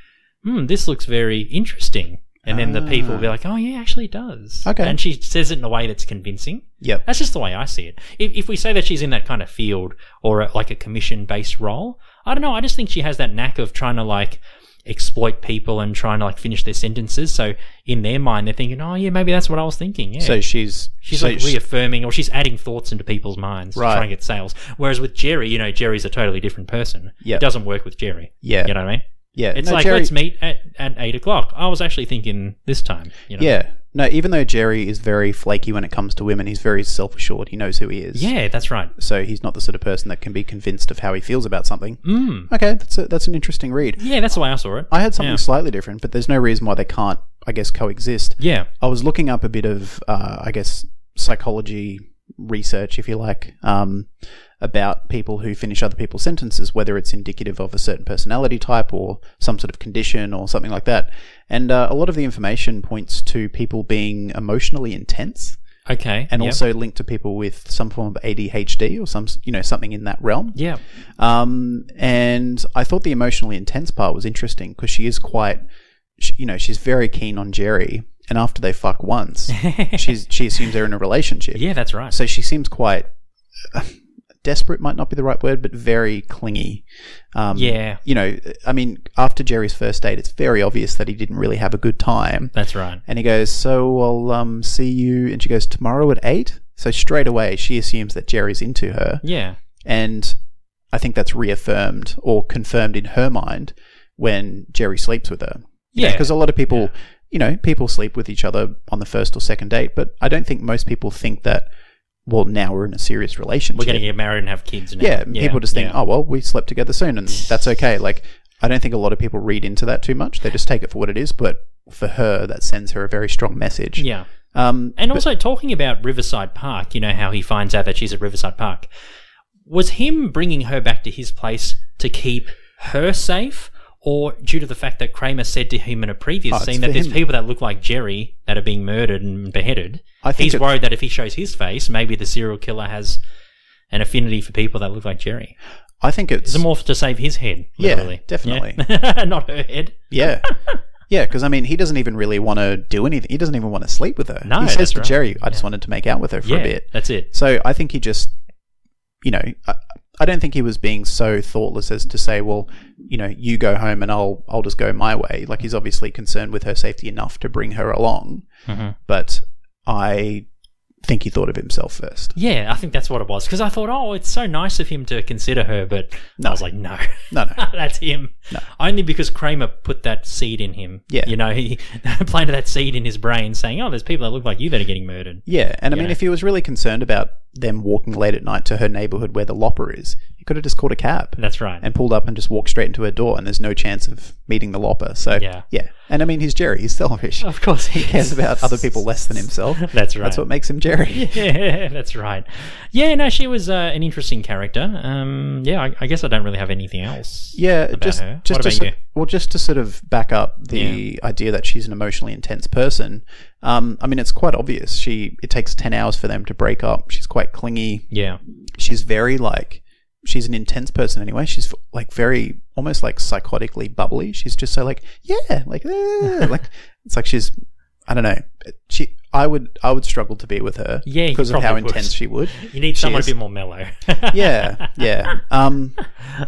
[SPEAKER 7] hmm, this looks very interesting. And then the people will be like, oh, yeah, actually it does.
[SPEAKER 8] Ah. Okay.
[SPEAKER 7] And she says it in a way that's convincing.
[SPEAKER 8] Yep.
[SPEAKER 7] That's just the way I see it. If, if we say that she's in that kind of field or a, like a commission based role, I don't know. I just think she has that knack of trying to like exploit people and trying to like finish their sentences. So in their mind, they're thinking, oh, yeah, maybe that's what I was thinking. Yeah.
[SPEAKER 8] So she's
[SPEAKER 7] She's
[SPEAKER 8] so
[SPEAKER 7] like
[SPEAKER 8] she-
[SPEAKER 7] reaffirming, or she's adding thoughts into people's minds to
[SPEAKER 8] Right.
[SPEAKER 7] try and get sales. Whereas with Jerry, you know, Jerry's a totally different person.
[SPEAKER 8] Yeah.
[SPEAKER 7] it doesn't work with Jerry.
[SPEAKER 8] Yeah.
[SPEAKER 7] you know what I mean.
[SPEAKER 8] yeah.
[SPEAKER 7] It's
[SPEAKER 8] no,
[SPEAKER 7] like
[SPEAKER 8] Jerry-
[SPEAKER 7] let's meet at, at eight o'clock. I was actually thinking this time. You know?
[SPEAKER 8] Yeah. No, even though Jerry is very flaky when it comes to women, he's very self assured. He knows who he is.
[SPEAKER 7] yeah, that's right.
[SPEAKER 8] So he's not the sort of person that can be convinced of how he feels about something. Mm. Okay, that's a, that's an interesting read.
[SPEAKER 7] Yeah, that's the way I saw it.
[SPEAKER 8] I had something
[SPEAKER 7] Hmm. Yeah.
[SPEAKER 8] slightly different, but there's no reason why they can't, I guess, coexist.
[SPEAKER 7] yeah,
[SPEAKER 8] I was looking up a bit of, uh, I guess, psychology research, if you like, um, about people who finish other people's sentences, whether it's indicative of a certain personality type or some sort of condition or something like that. And uh, a lot of the information points to people being emotionally intense
[SPEAKER 7] okay,
[SPEAKER 8] and
[SPEAKER 7] yep.
[SPEAKER 8] also linked to people with some form of ADHD or some, you know, something in that realm.
[SPEAKER 7] yeah,
[SPEAKER 8] Um, and I thought the emotionally intense part was interesting because she is quite, she, you know, she's very keen on Jerry. And after they fuck once, she's, she assumes they're in a relationship.
[SPEAKER 7] yeah, that's right.
[SPEAKER 8] So she seems quite desperate, might not be the right word, but very clingy. Um,
[SPEAKER 7] Yeah.
[SPEAKER 8] You know, I mean, after Jerry's first date, it's very obvious that he didn't really have a good time.
[SPEAKER 7] that's right.
[SPEAKER 8] And he goes, So I'll um, see you. And she goes, Tomorrow at eight. So straight away, she assumes that Jerry's into her.
[SPEAKER 7] Yeah,
[SPEAKER 8] And I think that's reaffirmed or confirmed in her mind when Jerry sleeps with her.
[SPEAKER 7] yeah,
[SPEAKER 8] Because a lot of people, you know, people sleep with each other on the first or second date, but I don't think most people think that, well, now we're in a serious relationship.
[SPEAKER 7] we're going to get married and have kids. Now.
[SPEAKER 8] yeah, people just think,
[SPEAKER 7] yeah.
[SPEAKER 8] oh, well, we slept together soon and that's okay. Like, I don't think a lot of people read into that too much. They just take it for what it is, but for her, that sends her a very strong message.
[SPEAKER 7] yeah.
[SPEAKER 8] Um,
[SPEAKER 7] And also talking about Riverside Park, you know how he finds out that she's at Riverside Park. Was him bringing her back to his place to keep her safe, or due to the fact that Kramer said to him in a previous
[SPEAKER 8] Oh, it's
[SPEAKER 7] scene that
[SPEAKER 8] for
[SPEAKER 7] there's
[SPEAKER 8] him.
[SPEAKER 7] people that look like Jerry that are being murdered and beheaded?
[SPEAKER 8] I think
[SPEAKER 7] he's
[SPEAKER 8] it-
[SPEAKER 7] worried that if he shows his face, maybe the serial killer has an affinity for people that look like Jerry.
[SPEAKER 8] I think it's.
[SPEAKER 7] It's more to save his head,
[SPEAKER 8] Yeah,
[SPEAKER 7] literally.
[SPEAKER 8] definitely.
[SPEAKER 7] Yeah? Not her head.
[SPEAKER 8] Yeah. Yeah, because I mean, he doesn't even really want to do anything. He doesn't even want to sleep with her.
[SPEAKER 7] No,
[SPEAKER 8] he says
[SPEAKER 7] that's
[SPEAKER 8] to
[SPEAKER 7] right.
[SPEAKER 8] Jerry, "I just wanted to make out with her for
[SPEAKER 7] yeah,
[SPEAKER 8] a bit."
[SPEAKER 7] that's it.
[SPEAKER 8] So I think he just, you know, I, I don't think he was being so thoughtless as to say, "Well, you know, you go home and I'll I'll just go my way." Like he's obviously concerned with her safety enough to bring her along,
[SPEAKER 7] Mm-hmm.
[SPEAKER 8] but I think he thought of himself first.
[SPEAKER 7] Yeah, I think that's what it was. Because I thought, oh, it's so nice of him to consider her, but I was like, no,
[SPEAKER 8] No, no.
[SPEAKER 7] that's him. Only because Kramer put that seed in him.
[SPEAKER 8] Yeah.
[SPEAKER 7] you know, he planted that seed in his brain, saying, oh, there's people that look like you that are getting murdered.
[SPEAKER 8] Yeah, and I mean,
[SPEAKER 7] know.
[SPEAKER 8] if he was really concerned about them walking late at night to her neighborhood where the lopper is, he could have just called a cab.
[SPEAKER 7] That's right.
[SPEAKER 8] and pulled up and just walked straight into her door, and there's no chance of meeting the lopper. So
[SPEAKER 7] Yeah.
[SPEAKER 8] and I mean he's Jerry, he's selfish.
[SPEAKER 7] of course, he
[SPEAKER 8] He cares about other people less than himself.
[SPEAKER 7] That's right.
[SPEAKER 8] That's what makes him Jerry.
[SPEAKER 7] yeah, that's right. Yeah, no, she was uh, an interesting character. Um, yeah, I, I guess I don't really have anything else.
[SPEAKER 8] Yeah,
[SPEAKER 7] about
[SPEAKER 8] just
[SPEAKER 7] her.
[SPEAKER 8] just
[SPEAKER 7] what
[SPEAKER 8] to
[SPEAKER 7] about
[SPEAKER 8] so-
[SPEAKER 7] you?
[SPEAKER 8] well, just to sort of back up the idea that she's an emotionally intense person. Um, I mean, it's quite obvious. She it takes ten hours for them to break up. She's quite clingy.
[SPEAKER 7] Yeah,
[SPEAKER 8] she's very like she's an intense person anyway she's like very almost like psychotically bubbly she's just so like yeah like eh, like it's like she's i don't know she i would i would struggle to be with her
[SPEAKER 7] Yeah, you
[SPEAKER 8] because of how
[SPEAKER 7] probably would.
[SPEAKER 8] intense she would
[SPEAKER 7] you need someone
[SPEAKER 8] is-
[SPEAKER 7] a bit more mellow.
[SPEAKER 8] yeah yeah um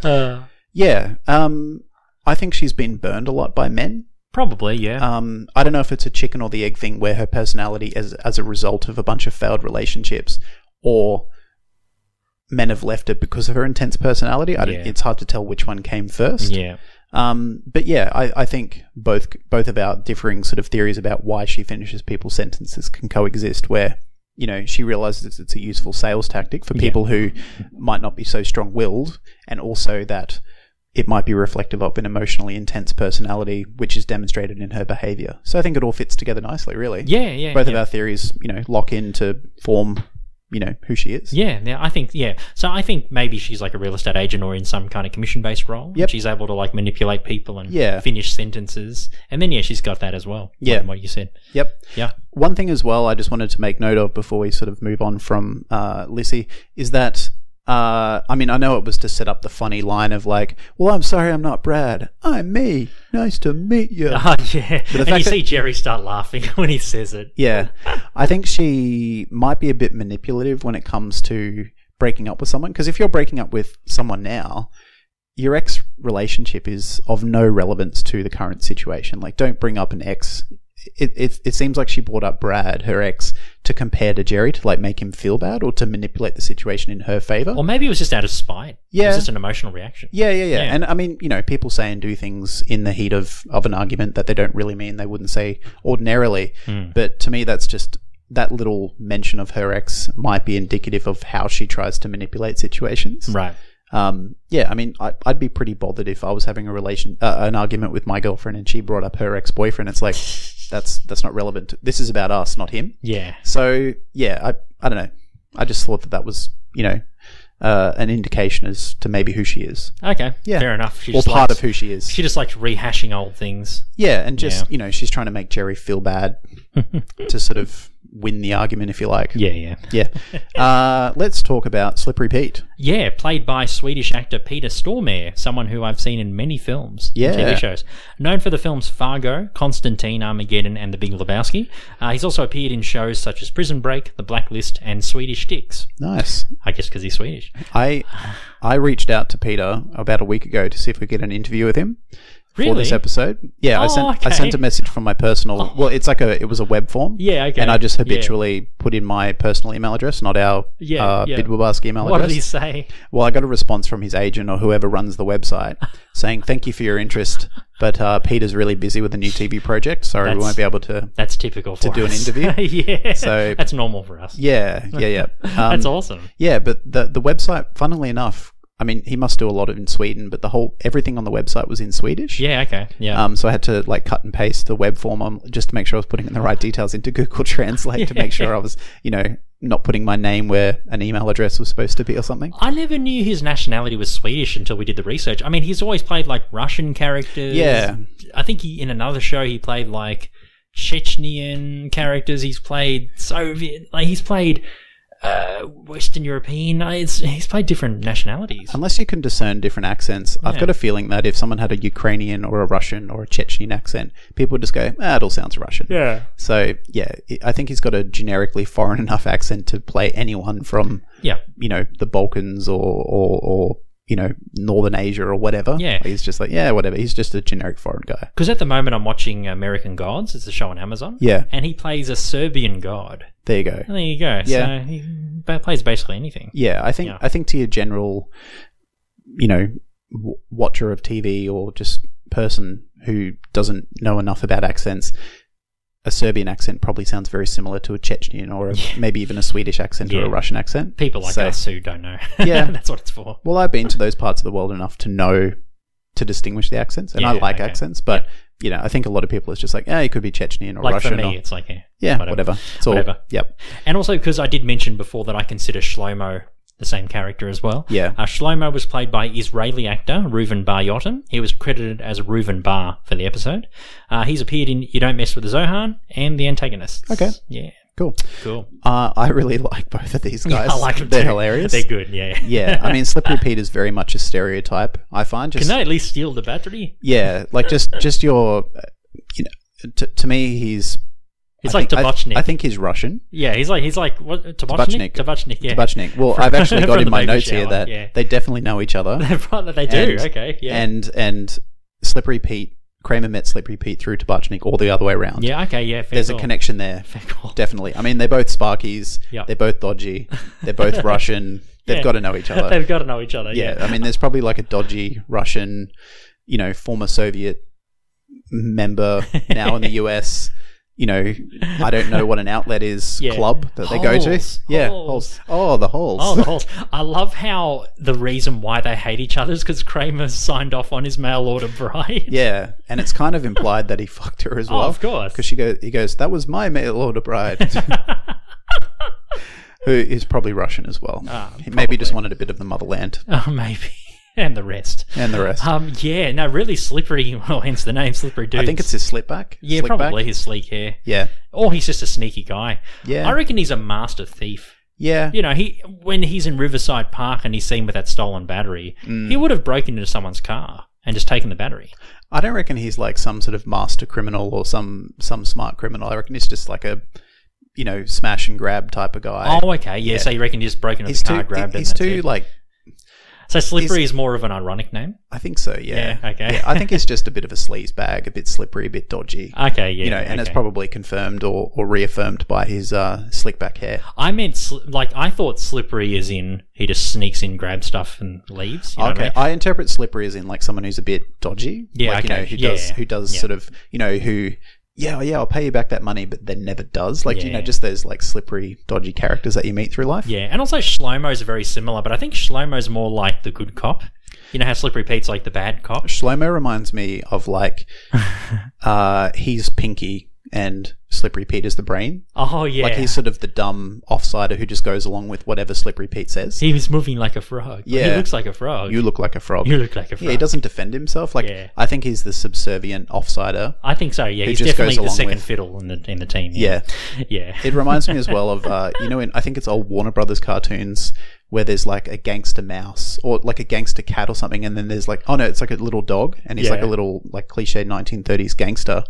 [SPEAKER 7] Uh,
[SPEAKER 8] yeah um i think she's been burned a lot by men
[SPEAKER 7] probably, yeah.
[SPEAKER 8] um, I don't know if it's a chicken or the egg thing where her personality as as a result of a bunch of failed relationships or men have left her because of her intense personality. I don't,
[SPEAKER 7] Yeah.
[SPEAKER 8] It's hard to tell which one came first.
[SPEAKER 7] yeah.
[SPEAKER 8] Um, but yeah, I, I think both both of our differing sort of theories about why she finishes people's sentences can coexist where you know she realizes it's a useful sales tactic for people who might not be so strong-willed and also that it might be reflective of an emotionally intense personality which is demonstrated in her behavior so i think it all fits together nicely really
[SPEAKER 7] Yeah, yeah.
[SPEAKER 8] both
[SPEAKER 7] yeah.
[SPEAKER 8] of our theories you know lock in to form you know, who she is.
[SPEAKER 7] Yeah, now I think yeah. So I think maybe she's like a real estate agent or in some kind of commission based role. and
[SPEAKER 8] Yep.
[SPEAKER 7] She's able to like manipulate people and
[SPEAKER 8] Yeah.
[SPEAKER 7] finish sentences. And then yeah, she's got that as well.
[SPEAKER 8] Yeah.
[SPEAKER 7] From what you said.
[SPEAKER 8] Yep.
[SPEAKER 7] Yeah.
[SPEAKER 8] One thing as well, I just wanted to make note of before we sort of move on from uh, Lissy is that uh, I mean I know it was to set up the funny line of like, "Well, I'm sorry, I'm not Brad. I'm me. Nice to meet you."
[SPEAKER 7] Oh yeah. And you
[SPEAKER 8] fact that-
[SPEAKER 7] see Jerry start laughing when he says it.
[SPEAKER 8] Yeah, I think she might be a bit manipulative when it comes to breaking up with someone because if you're breaking up with someone now, your ex relationship is of no relevance to the current situation. Like, don't bring up an ex. It, it, it seems like she brought up Brad, her ex, to compare to Jerry to like make him feel bad or to manipulate the situation in her favor.
[SPEAKER 7] Or maybe it was just out of spite. It
[SPEAKER 8] Yeah.
[SPEAKER 7] was just an emotional reaction.
[SPEAKER 8] Yeah, yeah, yeah,
[SPEAKER 7] Yeah.
[SPEAKER 8] And I mean, you know, people say and do things in the heat of, of an argument that they don't really mean they wouldn't say ordinarily. But to me, that's just that little mention of her ex might be indicative of how she tries to manipulate situations.
[SPEAKER 7] Right.
[SPEAKER 8] Um, yeah, I mean, I, I'd be pretty bothered if I was having a relation, uh, an argument with my girlfriend and she brought up her ex boyfriend. It's like, that's, that's not relevant. This is about us, not him.
[SPEAKER 7] Yeah.
[SPEAKER 8] So yeah, I I don't know. I just thought that that was you know uh, an indication as to maybe who she is,
[SPEAKER 7] Okay.
[SPEAKER 8] Yeah.
[SPEAKER 7] Fair enough. She
[SPEAKER 8] or
[SPEAKER 7] just
[SPEAKER 8] part
[SPEAKER 7] likes-
[SPEAKER 8] of who she is.
[SPEAKER 7] she just likes rehashing old things.
[SPEAKER 8] yeah, and just
[SPEAKER 7] Yeah.
[SPEAKER 8] you know she's trying to make Jerry feel bad to sort of win the argument, if you like.
[SPEAKER 7] Yeah, yeah.
[SPEAKER 8] Yeah. Uh, let's talk about Slippery Pete.
[SPEAKER 7] Yeah, played by Swedish actor Peter Stormare, someone who I've seen in many films, and
[SPEAKER 8] Yeah.
[SPEAKER 7] TV shows. Known for the films Fargo, Constantine, Armageddon, and The Big Lebowski. Uh, he's also appeared in shows such as Prison Break, The Blacklist, and Swedish Dicks.
[SPEAKER 8] Nice.
[SPEAKER 7] I guess because he's Swedish.
[SPEAKER 8] I I reached out to Peter about a week ago to see if we could get an interview with him. for
[SPEAKER 7] Really?
[SPEAKER 8] this episode. Yeah, I
[SPEAKER 7] Oh,
[SPEAKER 8] sent
[SPEAKER 7] okay. Oh.
[SPEAKER 8] I sent a message from my personal. Well, it's like a it was a web form.
[SPEAKER 7] Yeah, okay.
[SPEAKER 8] And I just
[SPEAKER 7] Yeah.
[SPEAKER 8] habitually put in my personal email address, not our
[SPEAKER 7] Yeah,
[SPEAKER 8] uh,
[SPEAKER 7] yeah.
[SPEAKER 8] Bid Wabarski email
[SPEAKER 7] What did
[SPEAKER 8] address.
[SPEAKER 7] he say?
[SPEAKER 8] Well, I got a response from his agent or whoever runs the website saying thank you for your interest, but uh, Peter's really busy with a new TV project. Sorry, we
[SPEAKER 7] That's-
[SPEAKER 8] won't be able to.
[SPEAKER 7] That's typical for to
[SPEAKER 8] do an interview?
[SPEAKER 7] yeah.
[SPEAKER 8] So-
[SPEAKER 7] that's normal for us.
[SPEAKER 8] Yeah, yeah, yeah. Um,
[SPEAKER 7] that's awesome.
[SPEAKER 8] Yeah, but the the website, funnily enough, I mean, he must do a lot in Sweden, but the whole everything on the website was in Swedish.
[SPEAKER 7] Yeah, okay. Yeah.
[SPEAKER 8] Um, so I had to like cut and paste the web form on, just to make sure I was putting in the right details into Google Translate to make sure I was, you know, not putting my name where an email address was supposed to be or something.
[SPEAKER 7] I never knew his nationality was Swedish until we did the research. I mean, he's always played like Russian characters.
[SPEAKER 8] Yeah.
[SPEAKER 7] I think he, in another show he played like Chechenian characters. He's played Soviet. Like he's played uh, Western European. Uh, It's, he's played different nationalities.
[SPEAKER 8] Unless you can discern different accents, I've got a feeling that if someone had a Ukrainian or a Russian or a Chechen accent, people would just go, ah, it all sounds Russian.
[SPEAKER 7] Yeah.
[SPEAKER 8] So, yeah, I- I think he's got a generically foreign enough accent to play anyone from,
[SPEAKER 7] yeah.
[SPEAKER 8] you know, the Balkans or, or, or you know, Northern Asia or whatever.
[SPEAKER 7] Yeah.
[SPEAKER 8] He's just like, yeah, whatever. He's just a generic foreign guy.
[SPEAKER 7] Because at the moment I'm watching American Gods. It's a show on Amazon.
[SPEAKER 8] Yeah.
[SPEAKER 7] And he plays a Serbian god.
[SPEAKER 8] There you go.
[SPEAKER 7] And there you go.
[SPEAKER 8] Yeah.
[SPEAKER 7] So he ba- plays basically anything.
[SPEAKER 8] Yeah, I think
[SPEAKER 7] Yeah.
[SPEAKER 8] I think to your general, you know, w- watcher of TV or just person who doesn't know enough about accents, a Serbian accent probably sounds very similar to a Chechenian or a, maybe even a Swedish accent or
[SPEAKER 7] Yeah.
[SPEAKER 8] a Russian accent.
[SPEAKER 7] People like
[SPEAKER 8] So-
[SPEAKER 7] us who don't know.
[SPEAKER 8] Yeah.
[SPEAKER 7] That's what it's for.
[SPEAKER 8] Well, I've been to those parts of the world enough to know to distinguish the accents, and I
[SPEAKER 7] Yeah,
[SPEAKER 8] like
[SPEAKER 7] okay.
[SPEAKER 8] accents, but. You know, I think a lot of people it's just like, yeah, it could be Chechenian or
[SPEAKER 7] Like for
[SPEAKER 8] Russian,
[SPEAKER 7] me,
[SPEAKER 8] or,
[SPEAKER 7] it's like, yeah.
[SPEAKER 8] yeah, whatever. It's all,
[SPEAKER 7] Whatever.
[SPEAKER 8] Yep.
[SPEAKER 7] And also because I did mention before that I consider Shlomo the same character as well.
[SPEAKER 8] Yeah.
[SPEAKER 7] Uh, Shlomo was played by Israeli actor Reuven Bar Yotam. He was credited as Reuven Bar for the episode. Uh, he's appeared in You Don't Mess with the Zohan and The Antagonists.
[SPEAKER 8] Okay.
[SPEAKER 7] Yeah.
[SPEAKER 8] Cool.
[SPEAKER 7] Cool.
[SPEAKER 8] Uh, I really like both of these guys.
[SPEAKER 7] I like them
[SPEAKER 8] They're
[SPEAKER 7] too.
[SPEAKER 8] hilarious.
[SPEAKER 7] They're good. Yeah.
[SPEAKER 8] Yeah, I mean, Slippery Pete is very much a stereotype. I find just
[SPEAKER 7] Can they at least steal the battery?
[SPEAKER 8] yeah, like just just your, uh, you know, to, to me he's
[SPEAKER 7] It's
[SPEAKER 8] I
[SPEAKER 7] like
[SPEAKER 8] think- I-
[SPEAKER 7] Tobochnik.
[SPEAKER 8] I, think he's Russian.
[SPEAKER 7] Yeah, he's like he's like what Tobochnik.
[SPEAKER 8] Tobochnik.
[SPEAKER 7] Tobochnik. Yeah.
[SPEAKER 8] Tobochnik. Well,
[SPEAKER 7] From-
[SPEAKER 8] I've actually got
[SPEAKER 7] from
[SPEAKER 8] in
[SPEAKER 7] the
[SPEAKER 8] my
[SPEAKER 7] baby
[SPEAKER 8] notes here
[SPEAKER 7] shower,
[SPEAKER 8] that
[SPEAKER 7] yeah.
[SPEAKER 8] they definitely know each other.
[SPEAKER 7] right, they do.
[SPEAKER 8] And-
[SPEAKER 7] okay. Yeah.
[SPEAKER 8] And and Slippery Pete Kramer met Slippery Pete through Tobochnik or the other way around.
[SPEAKER 7] yeah. Okay. Yeah. Fair
[SPEAKER 8] There's
[SPEAKER 7] call.
[SPEAKER 8] a connection there.
[SPEAKER 7] Fair call.
[SPEAKER 8] Definitely. I mean, they're both Sparkies.
[SPEAKER 7] Yeah.
[SPEAKER 8] They're both dodgy. They're both Russian. They've
[SPEAKER 7] Yeah.
[SPEAKER 8] got to know each other.
[SPEAKER 7] They've got to know each other.
[SPEAKER 8] yeah,
[SPEAKER 7] Yeah.
[SPEAKER 8] I mean, there's probably like a dodgy Russian, you know, former Soviet member now in the US. You know, I don't know what an outlet is
[SPEAKER 7] Yeah.
[SPEAKER 8] club that they go to.
[SPEAKER 7] Halls.
[SPEAKER 8] Yeah,
[SPEAKER 7] Halls.
[SPEAKER 8] halls. Oh, the halls.
[SPEAKER 7] Oh, the halls. I love how the reason why they hate each other is because Kramer signed off on his mail order bride.
[SPEAKER 8] yeah, and it's kind of implied that he fucked her as well.
[SPEAKER 7] Oh, of course.
[SPEAKER 8] because she goes. He goes. That was my mail order bride. who is probably Russian as well.
[SPEAKER 7] Ah,
[SPEAKER 8] he maybe just wanted a bit of the motherland
[SPEAKER 7] Oh, maybe. And the rest.
[SPEAKER 8] and the rest.
[SPEAKER 7] Um, yeah, no, really slippery. Well, hence the name, slippery dude.
[SPEAKER 8] I think it's his slipback.
[SPEAKER 7] yeah,
[SPEAKER 8] Slickback.
[SPEAKER 7] probably his sleek hair,
[SPEAKER 8] Yeah,
[SPEAKER 7] or he's just a sneaky guy.
[SPEAKER 8] Yeah.
[SPEAKER 7] I reckon he's a master thief.
[SPEAKER 8] yeah,
[SPEAKER 7] You know, he when he's in Riverside Park and he's seen with that stolen battery,
[SPEAKER 8] Mm.
[SPEAKER 7] he would have broken into someone's car and just taken the battery.
[SPEAKER 8] I don't reckon he's like some sort of master criminal or some some smart criminal. I reckon he's just like a you know smash and grab type of guy.
[SPEAKER 7] oh, okay, yeah, So you reckon he just broke into
[SPEAKER 8] he's
[SPEAKER 7] the car,
[SPEAKER 8] too
[SPEAKER 7] grabbed it,
[SPEAKER 8] he's
[SPEAKER 7] and that's
[SPEAKER 8] too
[SPEAKER 7] it.
[SPEAKER 8] like
[SPEAKER 7] so slippery is more of an ironic name.
[SPEAKER 8] I think so. Yeah.
[SPEAKER 7] Yeah, okay.
[SPEAKER 8] I think he's just a bit of a sleaze bag, a bit slippery, a bit dodgy.
[SPEAKER 7] Okay, yeah,
[SPEAKER 8] you know, and it's
[SPEAKER 7] okay.
[SPEAKER 8] probably confirmed or, or reaffirmed by his uh, slick back hair.
[SPEAKER 7] I meant sli- like I thought slippery is in he just sneaks in, grabs stuff, and leaves. You know what I
[SPEAKER 8] okay,
[SPEAKER 7] mean?
[SPEAKER 8] I interpret slippery as in like someone who's a bit dodgy.
[SPEAKER 7] Yeah,
[SPEAKER 8] like,
[SPEAKER 7] okay,
[SPEAKER 8] You know, who
[SPEAKER 7] yeah,
[SPEAKER 8] does
[SPEAKER 7] yeah,
[SPEAKER 8] who does
[SPEAKER 7] yeah.
[SPEAKER 8] sort of you know who. Yeah, oh, yeah, I'll pay you back that money, but then never does. Like you
[SPEAKER 7] Yeah.
[SPEAKER 8] know, just those like slippery, dodgy characters that you meet through life.
[SPEAKER 7] Yeah, and also Shlomo's are very similar, but I think Shlomo's more like the good cop. You know how Slippery Pete's like the bad cop?
[SPEAKER 8] Shlomo reminds me of like, uh, he's Pinky and Slippery Pete is the brain.
[SPEAKER 7] Oh, yeah.
[SPEAKER 8] Like he's sort of the dumb offsider who just goes along with whatever Slippery Pete says.
[SPEAKER 7] he was moving like a frog. He
[SPEAKER 8] Yeah.
[SPEAKER 7] looks like a frog.
[SPEAKER 8] you look like a frog.
[SPEAKER 7] You look like a frog.
[SPEAKER 8] yeah, he doesn't defend himself. Like
[SPEAKER 7] Yeah.
[SPEAKER 8] I think he's the subservient offsider.
[SPEAKER 7] I think so, yeah. He's
[SPEAKER 8] just
[SPEAKER 7] definitely
[SPEAKER 8] goes
[SPEAKER 7] the
[SPEAKER 8] along
[SPEAKER 7] second
[SPEAKER 8] with-
[SPEAKER 7] fiddle in the, in the team.
[SPEAKER 8] Yeah.
[SPEAKER 7] Yeah.
[SPEAKER 8] It reminds me as well of uh, you know, in I think it's old Warner Brothers cartoons where there's like a gangster mouse or like a gangster cat or something, and then there's like oh no, it's like a little dog, and he's like
[SPEAKER 7] Yeah.
[SPEAKER 8] a little like cliche 1930s gangster,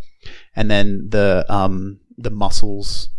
[SPEAKER 8] and then the um the muscles.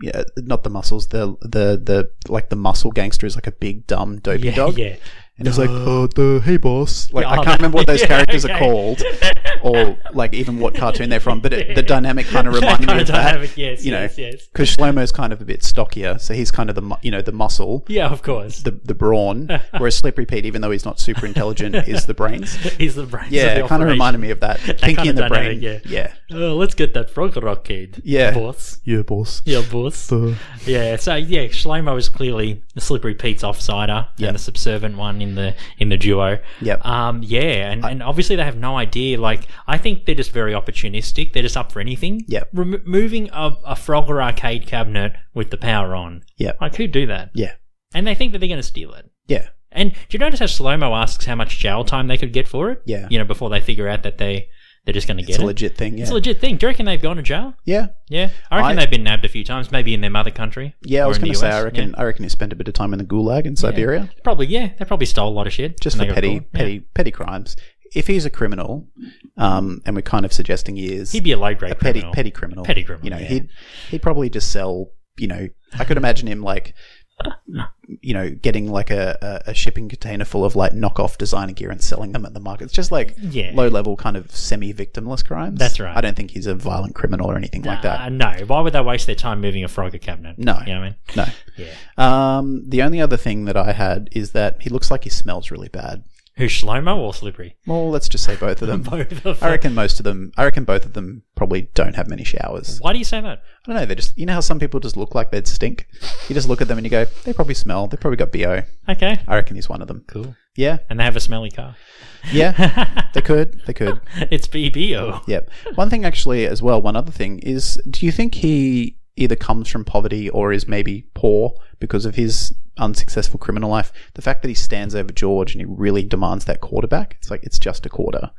[SPEAKER 8] Yeah, not the muscles. The the the like the muscle gangster is like a big dumb dopey
[SPEAKER 7] yeah,
[SPEAKER 8] dog.
[SPEAKER 7] yeah.
[SPEAKER 8] And he's like, oh, the hey boss. Like, I
[SPEAKER 7] Yeah.
[SPEAKER 8] can't remember what those
[SPEAKER 7] Uh, Yeah,
[SPEAKER 8] characters
[SPEAKER 7] okay.
[SPEAKER 8] are called, or like even what cartoon they're from. But it, the dynamic kind of reminded me
[SPEAKER 7] kinda
[SPEAKER 8] of that.
[SPEAKER 7] dynamic, yes,
[SPEAKER 8] you know,
[SPEAKER 7] yes, yes.
[SPEAKER 8] because Shlomo's kind of a bit stockier, so he's kind of the mu- you know the muscle,
[SPEAKER 7] Yeah, of course.
[SPEAKER 8] the the brawn. Whereas Slippery Pete, even though he's not super intelligent, is the brains.
[SPEAKER 7] he's the brains
[SPEAKER 8] Yeah,
[SPEAKER 7] of the
[SPEAKER 8] it kind of reminded me of that. Pinky
[SPEAKER 7] kinda
[SPEAKER 8] and the
[SPEAKER 7] dynamic,
[SPEAKER 8] brain.
[SPEAKER 7] yeah.
[SPEAKER 8] yeah,
[SPEAKER 7] Oh, let's get that frog rocket.
[SPEAKER 8] Yeah.
[SPEAKER 7] Boss.
[SPEAKER 8] yeah, boss.
[SPEAKER 7] Yeah, boss.
[SPEAKER 8] The-
[SPEAKER 7] Yeah, so yeah, Shlomo is clearly the slippery Pete's offsider
[SPEAKER 8] Yep.
[SPEAKER 7] and the subservient one in the in the duo.
[SPEAKER 8] Yep.
[SPEAKER 7] Um, yeah, and, and obviously they have no idea. Like, I think they're just very opportunistic. They're just up for anything.
[SPEAKER 8] Yep.
[SPEAKER 7] Remo- moving a, a Frogger arcade cabinet with the power on.
[SPEAKER 8] Yep.
[SPEAKER 7] Like, who do that?
[SPEAKER 8] Yeah,
[SPEAKER 7] And they think that they're going to steal it.
[SPEAKER 8] yeah,
[SPEAKER 7] And do you notice how Shlomo asks how much jail time they could get for it?
[SPEAKER 8] Yeah.
[SPEAKER 7] You know, before they figure out that they they're just going to get
[SPEAKER 8] it's a
[SPEAKER 7] it.
[SPEAKER 8] legit thing.
[SPEAKER 7] It's a
[SPEAKER 8] Yeah,
[SPEAKER 7] legit thing. Do you reckon they've gone to jail?
[SPEAKER 8] yeah.
[SPEAKER 7] Yeah, I reckon
[SPEAKER 8] I-
[SPEAKER 7] they've been nabbed a few times, maybe in their mother country.
[SPEAKER 8] Yeah, I
[SPEAKER 7] or
[SPEAKER 8] was
[SPEAKER 7] in the
[SPEAKER 8] going to say,
[SPEAKER 7] US,
[SPEAKER 8] I reckon,
[SPEAKER 7] yeah.
[SPEAKER 8] I reckon he spent a bit of time in the gulag in Siberia.
[SPEAKER 7] Probably, yeah. They probably stole a lot of shit.
[SPEAKER 8] just
[SPEAKER 7] and
[SPEAKER 8] for
[SPEAKER 7] they got
[SPEAKER 8] petty
[SPEAKER 7] caught. Yeah.
[SPEAKER 8] petty petty crimes. If he's a criminal, um, and we're kind of suggesting he is,
[SPEAKER 7] He'd be a low grade
[SPEAKER 8] a petty
[SPEAKER 7] criminal.
[SPEAKER 8] petty criminal.
[SPEAKER 7] Petty criminal,
[SPEAKER 8] You know,
[SPEAKER 7] yeah.
[SPEAKER 8] he'd he'd probably just sell. You know, I could imagine him like, you know, getting like a, a, a shipping container full of like knockoff designer gear and selling them at the market. It's just like
[SPEAKER 7] Yeah.
[SPEAKER 8] low level kind of semi victimless crimes.
[SPEAKER 7] That's right.
[SPEAKER 8] I don't think he's a violent criminal or anything like
[SPEAKER 7] Uh,
[SPEAKER 8] that.
[SPEAKER 7] no, why would they waste their time moving a Frogger cabinet?
[SPEAKER 8] No.
[SPEAKER 7] you know what I mean.
[SPEAKER 8] No.
[SPEAKER 7] Yeah,
[SPEAKER 8] Um, the only other thing that I had is that he looks like he smells really bad.
[SPEAKER 7] who's Shlomo or Slippery?
[SPEAKER 8] Well, let's just say both of them.
[SPEAKER 7] Both of
[SPEAKER 8] I
[SPEAKER 7] them.
[SPEAKER 8] reckon most of them. I reckon both of them probably don't have many showers.
[SPEAKER 7] Why do you say that?
[SPEAKER 8] I don't know. They just. You know how some people just look like they'd stink. You just look at them and you go, they probably smell. They probably got bo.
[SPEAKER 7] Okay,
[SPEAKER 8] I reckon he's one of them.
[SPEAKER 7] cool.
[SPEAKER 8] Yeah,
[SPEAKER 7] And they have a smelly car.
[SPEAKER 8] yeah. they could. They could.
[SPEAKER 7] It's BBO.
[SPEAKER 8] Yep. One thing actually, as well. One other thing is, do you think he either comes from poverty or is maybe poor because of his unsuccessful criminal life? The fact that he stands over George and he really demands that quarterback. It's like it's just a quarter.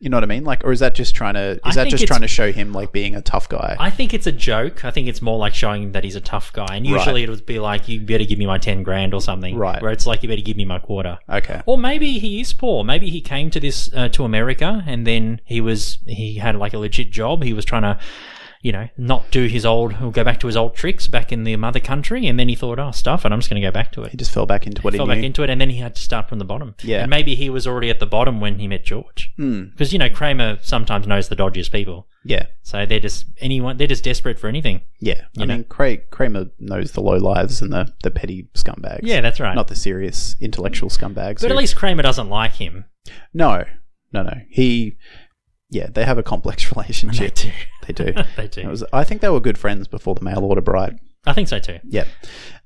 [SPEAKER 8] You know what I mean? Like, or is that just trying to? Is
[SPEAKER 7] I
[SPEAKER 8] that
[SPEAKER 7] think
[SPEAKER 8] just
[SPEAKER 7] it's-
[SPEAKER 8] trying to show him like being a tough guy?
[SPEAKER 7] I think it's a joke. I think it's more like showing that he's a tough guy. And usually it would be like, you better give me my 10 grand or something.
[SPEAKER 8] Right.
[SPEAKER 7] Where it's like, you better give me my quarter.
[SPEAKER 8] Okay.
[SPEAKER 7] Or maybe he is poor. Maybe he came to this uh, to America and then he was he had like a legit job. He was trying to, you know, not do his old or go back to his old tricks back in the mother country. And then he thought, oh, stuff, and I'm just going to go back to
[SPEAKER 8] He
[SPEAKER 7] it.
[SPEAKER 8] just fell back into what he,
[SPEAKER 7] Fell
[SPEAKER 8] knew.
[SPEAKER 7] back into it, and then he had to start from the bottom.
[SPEAKER 8] Yeah. Hmm.
[SPEAKER 7] and maybe he was already at the bottom when he met George, because you know Kramer sometimes knows the dodgiest people,
[SPEAKER 8] yeah,
[SPEAKER 7] so they're just anyone they're just desperate for anything.
[SPEAKER 8] yeah. I mean, Cra- Kramer knows the low lives and the, the petty scumbags.
[SPEAKER 7] Yeah, that's right.
[SPEAKER 8] not the serious intellectual scumbags.
[SPEAKER 7] but at
[SPEAKER 8] who-
[SPEAKER 7] least Kramer doesn't like him.
[SPEAKER 8] no, no, no. He, yeah, they have a complex relationship.
[SPEAKER 7] do.
[SPEAKER 8] They do.
[SPEAKER 7] They do.
[SPEAKER 8] It was, I think they were good friends before the mail order bride.
[SPEAKER 7] I think so too.
[SPEAKER 8] Yeah,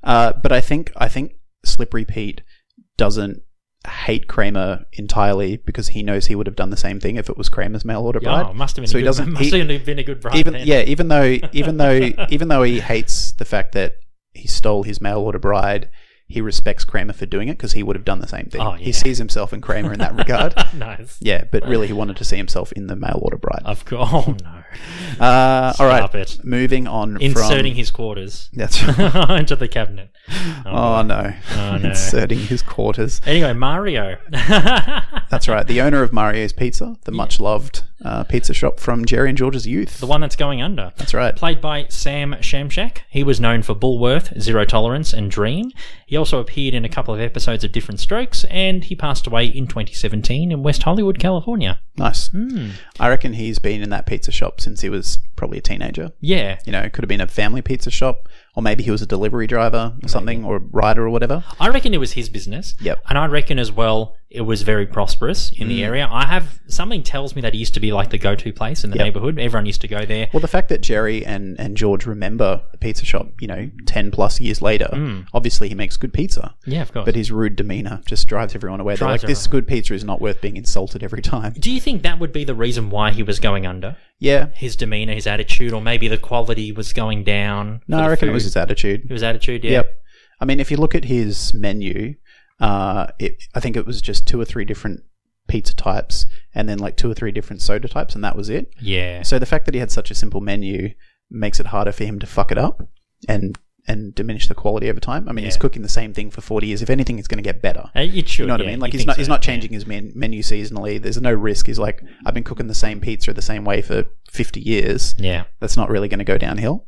[SPEAKER 8] uh, but I think I think Slippery Pete doesn't hate Kramer entirely because he knows he would have done the same thing if it was Kramer's mail order bride.
[SPEAKER 7] Yeah, oh, must have been.
[SPEAKER 8] So
[SPEAKER 7] a
[SPEAKER 8] he
[SPEAKER 7] good,
[SPEAKER 8] doesn't-
[SPEAKER 7] Must
[SPEAKER 8] he-
[SPEAKER 7] have been a good bride.
[SPEAKER 8] even
[SPEAKER 7] then.
[SPEAKER 8] yeah even though even though even though he hates the fact that he stole his mail order bride. He respects Kramer for doing it because he would have done the same thing.
[SPEAKER 7] Oh, yeah.
[SPEAKER 8] He sees himself in Kramer in that regard.
[SPEAKER 7] Nice.
[SPEAKER 8] Yeah, but really, he wanted to see himself in the mail order bride.
[SPEAKER 7] Of course. Oh, no.
[SPEAKER 8] Uh, all right,
[SPEAKER 7] Stop it.
[SPEAKER 8] moving on.
[SPEAKER 7] Inserting
[SPEAKER 8] from,
[SPEAKER 7] his quarters
[SPEAKER 8] That's right.
[SPEAKER 7] into the cabinet.
[SPEAKER 8] Oh no!
[SPEAKER 7] Oh, no.
[SPEAKER 8] Inserting his quarters.
[SPEAKER 7] Anyway, Mario.
[SPEAKER 8] That's right. The owner of Mario's Pizza, the much loved uh, pizza shop from Jerry and George's youth.
[SPEAKER 7] The one that's going under.
[SPEAKER 8] That's right.
[SPEAKER 7] Played by Sam Shamshak. He was known for Bullworth, Zero Tolerance, and Dream. He also appeared in a couple of episodes of Different Strokes, and he passed away in 2017 in West Hollywood, California.
[SPEAKER 8] Nice.
[SPEAKER 7] Hmm.
[SPEAKER 8] I reckon he's been in that pizza shop since he was probably a teenager.
[SPEAKER 7] Yeah.
[SPEAKER 8] You know, it could have been a family pizza shop, or maybe he was a delivery driver or something, or rider or whatever.
[SPEAKER 7] I reckon it was his business.
[SPEAKER 8] Yep. Mm.
[SPEAKER 7] And I reckon as well it was very prosperous in the area. I have something tells me that it used to be like the go to place in the neighborhood. Everyone used to go there.
[SPEAKER 8] Well, the fact that Jerry and, and George remember the pizza shop, you know, 10 plus years later, obviously he makes good pizza.
[SPEAKER 7] Hmm. Yeah, of course.
[SPEAKER 8] But his rude demeanor just drives everyone away. They're like,
[SPEAKER 7] Drives
[SPEAKER 8] this good pizza is not worth being insulted every time.
[SPEAKER 7] Do you think that would be the reason why he was going under?
[SPEAKER 8] Yeah.
[SPEAKER 7] His demeanor, his attitude, or maybe the quality was going down?
[SPEAKER 8] No,
[SPEAKER 7] for
[SPEAKER 8] I
[SPEAKER 7] the
[SPEAKER 8] reckon it
[SPEAKER 7] food?
[SPEAKER 8] was his attitude.
[SPEAKER 7] It was attitude, yeah.
[SPEAKER 8] Yep. I mean, if you look at his menu, uh, it, I think it was just two or three different pizza types and then like two or three different soda types, and that was it.
[SPEAKER 7] Yeah.
[SPEAKER 8] So the fact that he had such a simple menu makes it harder for him to fuck it up and and diminish the quality over time. I mean, he's
[SPEAKER 7] Yeah.
[SPEAKER 8] cooking the same thing for 40 years. If anything, it's going to get better.
[SPEAKER 7] Uh, It should.
[SPEAKER 8] You know what I mean? Like he's not he's not changing his men- menu seasonally. There's no risk. He's like, I've been cooking the same pizza the same way for 50 years
[SPEAKER 7] Yeah.
[SPEAKER 8] that's not really going to go downhill.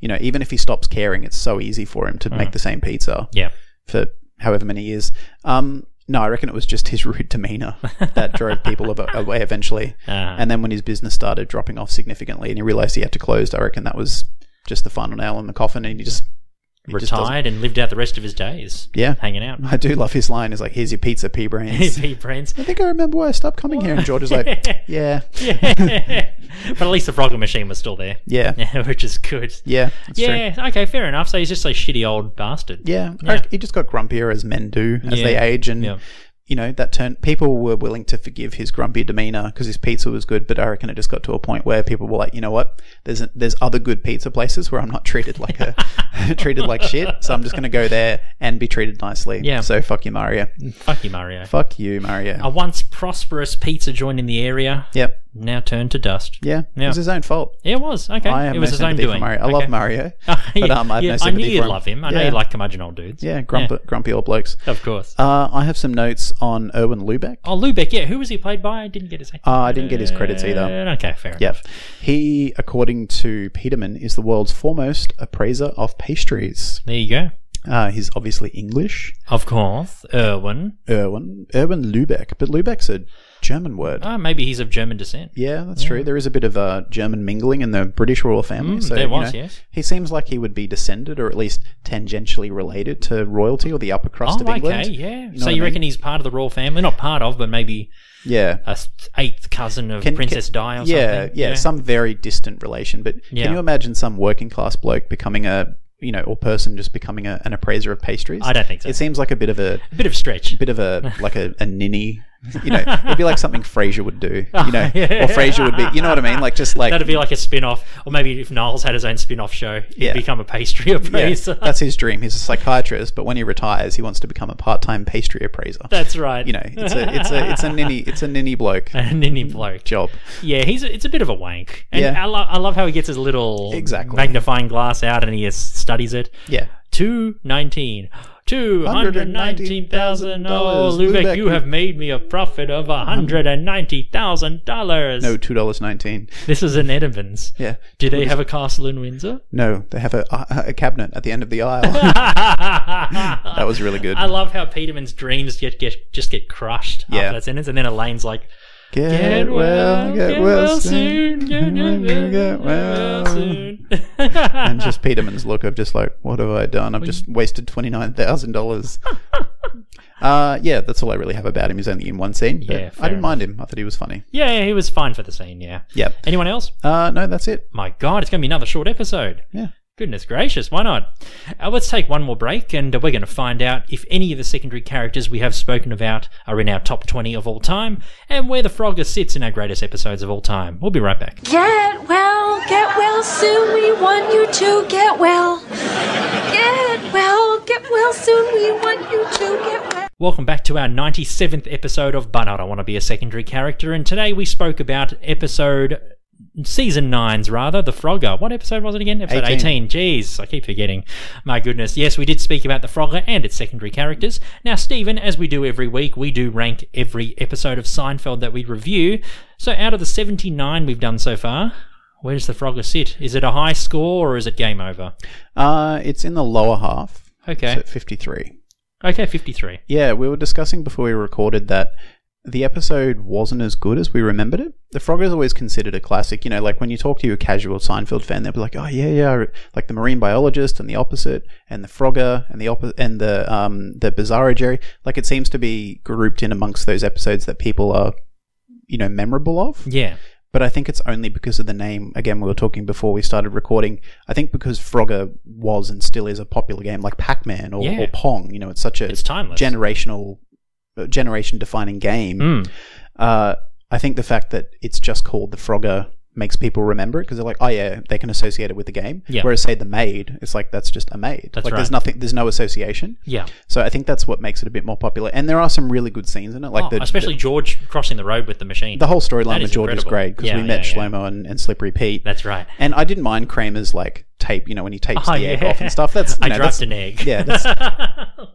[SPEAKER 8] you know, even if he stops caring, it's so easy for him to make the same pizza
[SPEAKER 7] Yeah.
[SPEAKER 8] for however many years. Um, no, I reckon it was just his rude demeanor that drove people av- away eventually. And then when his business started dropping off significantly and he realized he had to close, I reckon that was just the final nail in the coffin. And he just, he just doesn't-
[SPEAKER 7] Retired and lived out the rest of his days.
[SPEAKER 8] Yeah.
[SPEAKER 7] Hanging out.
[SPEAKER 8] I do love his line. Is like, here's your pizza, P Brains.
[SPEAKER 7] P friends.
[SPEAKER 8] I think I remember why I stopped coming here. And George is like, yeah,
[SPEAKER 7] Yeah. but at least the Frogger machine was still there.
[SPEAKER 8] yeah,
[SPEAKER 7] Which is good.
[SPEAKER 8] yeah. That's true.
[SPEAKER 7] Yeah, okay, fair enough. So he's just a shitty old bastard.
[SPEAKER 8] Yeah, I reckon he just got grumpier as men do as
[SPEAKER 7] Yeah.
[SPEAKER 8] they age, and
[SPEAKER 7] Yeah.
[SPEAKER 8] you know that turn. People were willing to forgive his grumpy demeanor because his pizza was good, but I reckon it just got to a point where people were like, you know what? There's there's other good pizza places where I'm not treated like a treated like shit, so I'm just gonna go there and be treated nicely.
[SPEAKER 7] Yeah.
[SPEAKER 8] So fuck you, Mario.
[SPEAKER 7] Fuck you, Mario.
[SPEAKER 8] Fuck you, Mario.
[SPEAKER 7] A once prosperous pizza joint in the area
[SPEAKER 8] Yep.
[SPEAKER 7] now turned to dust.
[SPEAKER 8] Yeah. It
[SPEAKER 7] Yeah.
[SPEAKER 8] was his own fault.
[SPEAKER 7] Yeah, it was. Okay.
[SPEAKER 8] I have
[SPEAKER 7] it was
[SPEAKER 8] no
[SPEAKER 7] his own
[SPEAKER 8] sympathy
[SPEAKER 7] doing.
[SPEAKER 8] for Mario. I
[SPEAKER 7] Okay.
[SPEAKER 8] love Mario, but um, I have
[SPEAKER 7] yeah,
[SPEAKER 8] no
[SPEAKER 7] I
[SPEAKER 8] sympathy
[SPEAKER 7] knew you'd
[SPEAKER 8] for him.
[SPEAKER 7] love him. I know
[SPEAKER 8] Yeah.
[SPEAKER 7] you like curmudgeon old dudes.
[SPEAKER 8] Yeah, grump, grumpy old blokes.
[SPEAKER 7] Of course.
[SPEAKER 8] Uh, I have some notes on Erwin Lubeck.
[SPEAKER 7] oh, Lubeck, yeah. Who was he played by? I didn't get his name. Uh,
[SPEAKER 8] Uh, I didn't get his credits either.
[SPEAKER 7] okay, fair
[SPEAKER 8] Yeah.
[SPEAKER 7] enough.
[SPEAKER 8] He, according to Peterman, is the world's foremost appraiser of pastries.
[SPEAKER 7] There you go.
[SPEAKER 8] Uh, he's obviously English.
[SPEAKER 7] Of course. Erwin.
[SPEAKER 8] Erwin, Erwin Lubeck, but Lubeck's a German word.
[SPEAKER 7] Oh, maybe he's of German descent.
[SPEAKER 8] yeah, that's true. There is a bit of uh, German mingling in the British royal family. so,
[SPEAKER 7] Mm, there
[SPEAKER 8] you
[SPEAKER 7] was,
[SPEAKER 8] know,
[SPEAKER 7] yes.
[SPEAKER 8] He seems like he would be descended or at least tangentially related to royalty or the upper crust
[SPEAKER 7] Oh,
[SPEAKER 8] of England.
[SPEAKER 7] okay, yeah.
[SPEAKER 8] know
[SPEAKER 7] so
[SPEAKER 8] what I
[SPEAKER 7] you
[SPEAKER 8] mean?
[SPEAKER 7] reckon he's part of the royal family? Not part of, but maybe
[SPEAKER 8] Yeah.
[SPEAKER 7] a s- eighth cousin of
[SPEAKER 8] Can-
[SPEAKER 7] Princess
[SPEAKER 8] can-
[SPEAKER 7] Di or
[SPEAKER 8] yeah,
[SPEAKER 7] something.
[SPEAKER 8] Yeah, some very distant relation. But
[SPEAKER 7] Yeah.
[SPEAKER 8] can you imagine some working class bloke becoming a you know, or person just becoming a, an appraiser of pastries?
[SPEAKER 7] I don't think so.
[SPEAKER 8] It seems like a bit of a
[SPEAKER 7] a bit of a stretch.
[SPEAKER 8] bit of a like a, a ninny. You know, it'd be like something Frasier would do. You know,
[SPEAKER 7] Yeah.
[SPEAKER 8] or Frasier would be. You know what I mean? Like just like
[SPEAKER 7] That'd be like a spin off. Or maybe if Niles had his own spin off show, he'd
[SPEAKER 8] Yeah.
[SPEAKER 7] become a pastry
[SPEAKER 8] yeah,
[SPEAKER 7] appraiser.
[SPEAKER 8] that's his dream. He's a psychiatrist, but when he retires, he wants to become a part-time pastry appraiser.
[SPEAKER 7] That's right.
[SPEAKER 8] you know, it's a it's a it's a ninny it's a ninny bloke
[SPEAKER 7] a ninny bloke.
[SPEAKER 8] job.
[SPEAKER 7] Yeah, he's a, it's a bit of a wank. And
[SPEAKER 8] Yeah.
[SPEAKER 7] I, lo- I love how he gets his little
[SPEAKER 8] Exactly.
[SPEAKER 7] magnifying glass out and he s- studies it.
[SPEAKER 8] Yeah,
[SPEAKER 7] 219. $219,000. Oh, Lubeck,
[SPEAKER 8] Lubeck,
[SPEAKER 7] you
[SPEAKER 8] you-
[SPEAKER 7] have made me a profit of $190,000.
[SPEAKER 8] no two dollars nineteen.
[SPEAKER 7] This is in Edinburgh's.
[SPEAKER 8] Yeah,
[SPEAKER 7] Do they have a castle in Windsor?
[SPEAKER 8] No, they have a, a cabinet at the end of the aisle. that was really good.
[SPEAKER 7] I love how Peterman's dreams get, get just get crushed
[SPEAKER 8] Yeah.
[SPEAKER 7] after that sentence, and then Elaine's like,
[SPEAKER 8] get,
[SPEAKER 7] "Get well, get well soon, get well, get well soon."
[SPEAKER 8] And just Peterman's look of just like, what have I done? I've just wasted twenty nine thousand dollars. Uh, yeah, that's all I really have about him. He's only in one scene. but
[SPEAKER 7] Yeah,
[SPEAKER 8] I
[SPEAKER 7] fair
[SPEAKER 8] didn't mind him. I thought he was funny.
[SPEAKER 7] yeah, he was fine for the scene. Yeah.
[SPEAKER 8] Yep.
[SPEAKER 7] Anyone else? Oh
[SPEAKER 8] Uh, no, that's it.
[SPEAKER 7] My God, it's going to be another short episode.
[SPEAKER 8] Yeah.
[SPEAKER 7] Goodness gracious, why not? Uh, let's take one more break and uh, we're going to find out if any of the secondary characters we have spoken about are in our top 20 of all time and where the Frogger sits in our greatest episodes of all time. We'll be right back.
[SPEAKER 5] Get well, get well soon. We want you to get well. Get Well, soon we want you to get well.
[SPEAKER 7] Welcome back to our 97th episode of But I Don't Want to Be a Secondary Character, and today we spoke about episode. Season 9's rather, The Frogger. What episode was it again? Episode 18.
[SPEAKER 8] 18.
[SPEAKER 7] Jeez, I keep forgetting. My goodness. Yes, we did speak about The Frogger and its secondary characters. Now, Stephen, as we do every week, we do rank every episode of Seinfeld that we review. So, out of the 79 we've done so far, where does The Frogger sit? Is it a high score or is it game over?
[SPEAKER 8] Uh, it's in the lower half.
[SPEAKER 7] Okay.
[SPEAKER 8] It's at 53.
[SPEAKER 7] Okay, 53.
[SPEAKER 8] Yeah, we were discussing before we recorded that the episode wasn't as good as we remembered it. The Frogger's always considered a classic. You know, like when you talk to your casual Seinfeld fan, they'll be like, "Oh yeah, yeah," I re- like the Marine Biologist and the Opposite and the Frogger and the oppo- and the um the Bizarro Jerry. Like it seems to be grouped in amongst those episodes that people are, you know, memorable of.
[SPEAKER 7] Yeah.
[SPEAKER 8] But I think it's only because of the name. Again, we were talking before we started recording. I think because Frogger was and still is a popular game, like Pac-Man or,
[SPEAKER 7] Yeah.
[SPEAKER 8] or Pong. You know, it's such a
[SPEAKER 7] It's timeless.
[SPEAKER 8] generational, uh, generation defining game.
[SPEAKER 7] Mm.
[SPEAKER 8] Uh, I think the fact that it's just called the Frogger makes people remember it because they're like, oh yeah, they can associate it with the game.
[SPEAKER 7] Yeah.
[SPEAKER 8] Whereas say the maid, it's like that's just a maid.
[SPEAKER 7] That's
[SPEAKER 8] like
[SPEAKER 7] right.
[SPEAKER 8] there's nothing, there's no association.
[SPEAKER 7] Yeah.
[SPEAKER 8] So I think that's what makes it a bit more popular. And there are some really good scenes in it, like
[SPEAKER 7] Oh,
[SPEAKER 8] the
[SPEAKER 7] especially George crossing the road with the machine.
[SPEAKER 8] the, the whole storyline
[SPEAKER 7] That is
[SPEAKER 8] with George is
[SPEAKER 7] incredible.
[SPEAKER 8] great because
[SPEAKER 7] Yeah,
[SPEAKER 8] we met
[SPEAKER 7] yeah, yeah.
[SPEAKER 8] Shlomo and, and Slippery Pete.
[SPEAKER 7] That's right.
[SPEAKER 8] And I didn't mind Kramer's like tape, you know, when he tapes
[SPEAKER 7] Oh,
[SPEAKER 8] the egg
[SPEAKER 7] yeah.
[SPEAKER 8] off and stuff. That's you
[SPEAKER 7] I
[SPEAKER 8] know,
[SPEAKER 7] dropped
[SPEAKER 8] that's-
[SPEAKER 7] an egg.
[SPEAKER 8] Yeah, that's,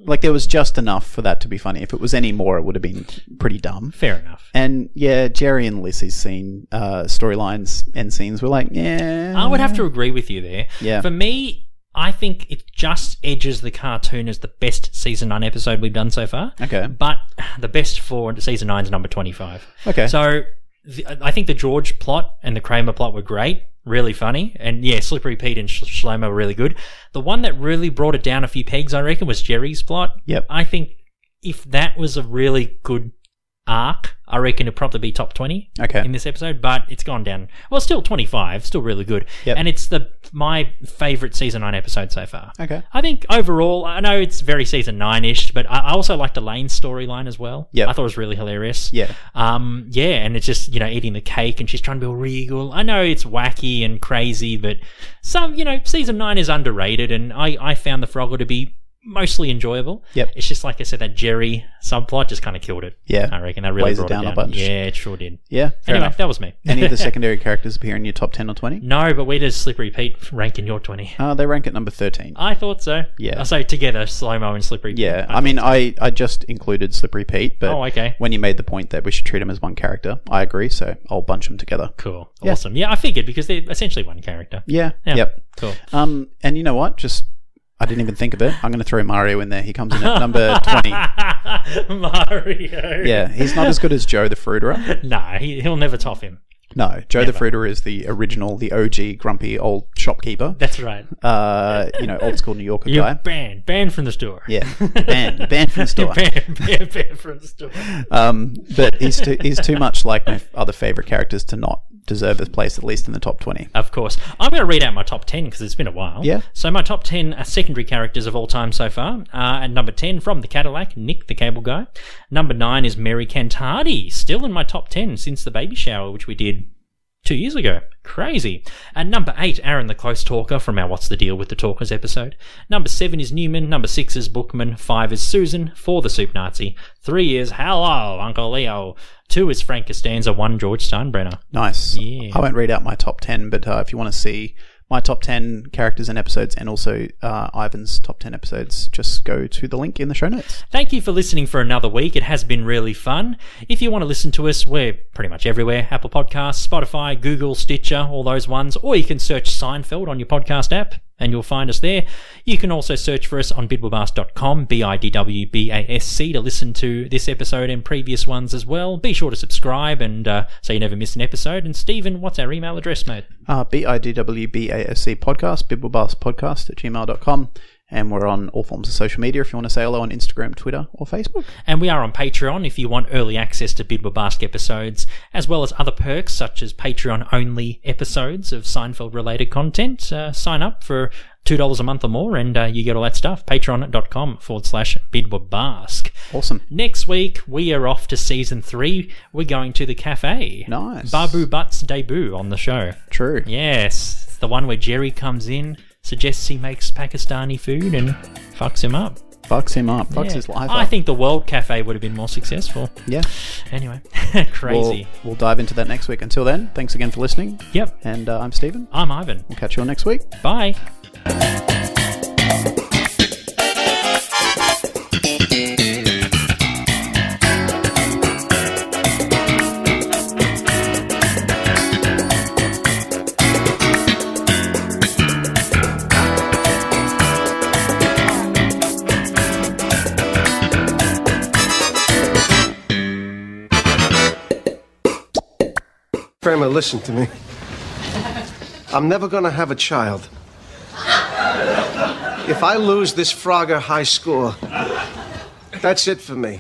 [SPEAKER 8] like there was just enough for that to be funny. If it was any more, it would have been pretty dumb.
[SPEAKER 7] Fair enough.
[SPEAKER 8] And yeah, Jerry and Lissy's scene uh, storylines and scenes were like, yeah,
[SPEAKER 7] I would have to agree with you there.
[SPEAKER 8] Yeah.
[SPEAKER 7] For me, I think it just edges the cartoon as the best season nine episode we've done so far.
[SPEAKER 8] Okay.
[SPEAKER 7] But the best for season nine is number twenty-five.
[SPEAKER 8] Okay.
[SPEAKER 7] So the, I think the George plot and the Kramer plot were great, really funny, and yeah, Slippery Pete and Sh- Shlomo were really good. The one that really brought it down a few pegs, I reckon, was Jerry's plot.
[SPEAKER 8] Yep.
[SPEAKER 7] I think if that was a really good arc, I reckon it'd probably be top twenty.
[SPEAKER 8] Okay.
[SPEAKER 7] In this episode, but it's gone down. Well, still twenty five, still really good.
[SPEAKER 8] Yep.
[SPEAKER 7] And it's the my favorite season nine episode so far.
[SPEAKER 8] Okay.
[SPEAKER 7] I think overall, I know it's very season nine ish, but I I also liked the Lane storyline as well.
[SPEAKER 8] Yep.
[SPEAKER 7] I thought it was really hilarious.
[SPEAKER 8] Yeah.
[SPEAKER 7] Um, yeah, and it's just, you know, eating the cake and she's trying to be all regal. I know it's wacky and crazy, but some, you know, season nine is underrated and I, I found the Frogger to be mostly enjoyable.
[SPEAKER 8] Yep.
[SPEAKER 7] It's just like I said, that Jerry subplot just kind of killed it.
[SPEAKER 8] Yeah.
[SPEAKER 7] I reckon that really
[SPEAKER 8] Weighs it
[SPEAKER 7] brought it down,
[SPEAKER 8] down a bunch.
[SPEAKER 7] Yeah, it sure did.
[SPEAKER 8] yeah. Fair
[SPEAKER 7] anyway,
[SPEAKER 8] enough.
[SPEAKER 7] that was me.
[SPEAKER 8] Any of the secondary characters appear in your top ten or twenty?
[SPEAKER 7] no, but where does Slippery Pete rank in your 20?
[SPEAKER 8] Uh, they rank at number thirteen.
[SPEAKER 7] I thought so.
[SPEAKER 8] Yeah.
[SPEAKER 7] Uh, So together, Slow Mo and Slippery Pete.
[SPEAKER 8] yeah, I mean, I, I just included Slippery Pete, but
[SPEAKER 7] Oh, okay.
[SPEAKER 8] when you made the point that we should treat him as one character, I agree. So I'll bunch them together.
[SPEAKER 7] Cool.
[SPEAKER 8] Yeah.
[SPEAKER 7] Awesome. Yeah, I figured because they're essentially one character.
[SPEAKER 8] Yeah.
[SPEAKER 7] Yeah.
[SPEAKER 8] Yep.
[SPEAKER 7] Cool.
[SPEAKER 8] Um, and you know what? Just I didn't even think of it. I'm going to throw Mario in there. He comes in at number twenty.
[SPEAKER 7] Mario.
[SPEAKER 8] Yeah, he's not as good as Joe the Fruiterer.
[SPEAKER 7] No, he, he'll never top him.
[SPEAKER 8] No, Joe the Fruiterer is the original, the OG grumpy old shopkeeper.
[SPEAKER 7] That's right.
[SPEAKER 8] Uh, you know, old school New Yorker
[SPEAKER 7] You're
[SPEAKER 8] guy.
[SPEAKER 7] banned. Banned from the store.
[SPEAKER 8] Yeah, banned, banned from the
[SPEAKER 7] You're
[SPEAKER 8] store.
[SPEAKER 7] banned, banned, banned from the store.
[SPEAKER 8] Um, but he's too, he's too much like my other favorite characters to not deserve a place at least in the top twenty.
[SPEAKER 7] Of course. I'm going to read out my top 10 because it's been a while.
[SPEAKER 8] Yeah.
[SPEAKER 7] So, my top 10 are secondary characters of all time so far. Uh, at number 10, from the Cadillac, Nick the Cable Guy. Number 9 is Mary Cantardi, still in my top 10 since the baby shower, which we did two years ago. Crazy. At number eight, Aaron the Close Talker from our What's the Deal with the Talkers episode. Number seven is Newman. Number six is Bookman. Five is Susan. Four, the Soup Nazi. Three is Hello, Uncle Leo. Two is Frank Costanza. One, George Steinbrenner.
[SPEAKER 8] Nice.
[SPEAKER 7] Yeah.
[SPEAKER 8] I won't read out my top 10, but uh, if you want to see my top 10 characters and episodes and also uh, Ivan's top 10 episodes, just go to the link in the show notes.
[SPEAKER 7] Thank you for listening for another week. It has been really fun. If you want to listen to us, we're pretty much everywhere Apple Podcasts, Spotify, Google, Stitcher, all those ones. Or you can search Seinfeld on your podcast app and you'll find us there. You can also search for us on bidwabas.com, B I D W B A S C, to listen to this episode and previous ones as well. Be sure to subscribe and uh, so you never miss an episode. And Stephen, what's our email address, mate?
[SPEAKER 8] Uh, B-I-D-W-B-A-S-C podcast, bibblebastpodcast at gmail.com. And we're on all forms of social media if you want to say hello on Instagram, Twitter, or Facebook.
[SPEAKER 7] And we are on Patreon if you want early access to Bidwa Bask episodes, as well as other perks such as Patreon only episodes of Seinfeld related content. Uh, sign up for $2 a month or more and uh, you get all that stuff. Patreon.com forward slash Bidwa Bask.
[SPEAKER 8] Awesome.
[SPEAKER 7] Next week, we are off to season three. We're going to the cafe.
[SPEAKER 8] Nice.
[SPEAKER 7] Babu Butt's debut on the show.
[SPEAKER 8] True.
[SPEAKER 7] Yes, it's the one where Jerry comes in, suggests he makes Pakistani food, and fucks him up.
[SPEAKER 8] Fucks him up. Fucks
[SPEAKER 7] Yeah.
[SPEAKER 8] his life
[SPEAKER 7] I
[SPEAKER 8] up.
[SPEAKER 7] think the World Cafe would have been more successful.
[SPEAKER 8] Yeah.
[SPEAKER 7] Anyway,
[SPEAKER 8] We'll,
[SPEAKER 7] crazy.
[SPEAKER 8] we'll dive into that next week. Until then, thanks again for listening.
[SPEAKER 7] Yep.
[SPEAKER 8] And uh, I'm Stephen.
[SPEAKER 7] I'm Ivan.
[SPEAKER 8] We'll catch you all next week.
[SPEAKER 7] Bye.
[SPEAKER 1] Kramer, listen to me. I'm never gonna have a child. If I lose this Frogger high score, that's it for me.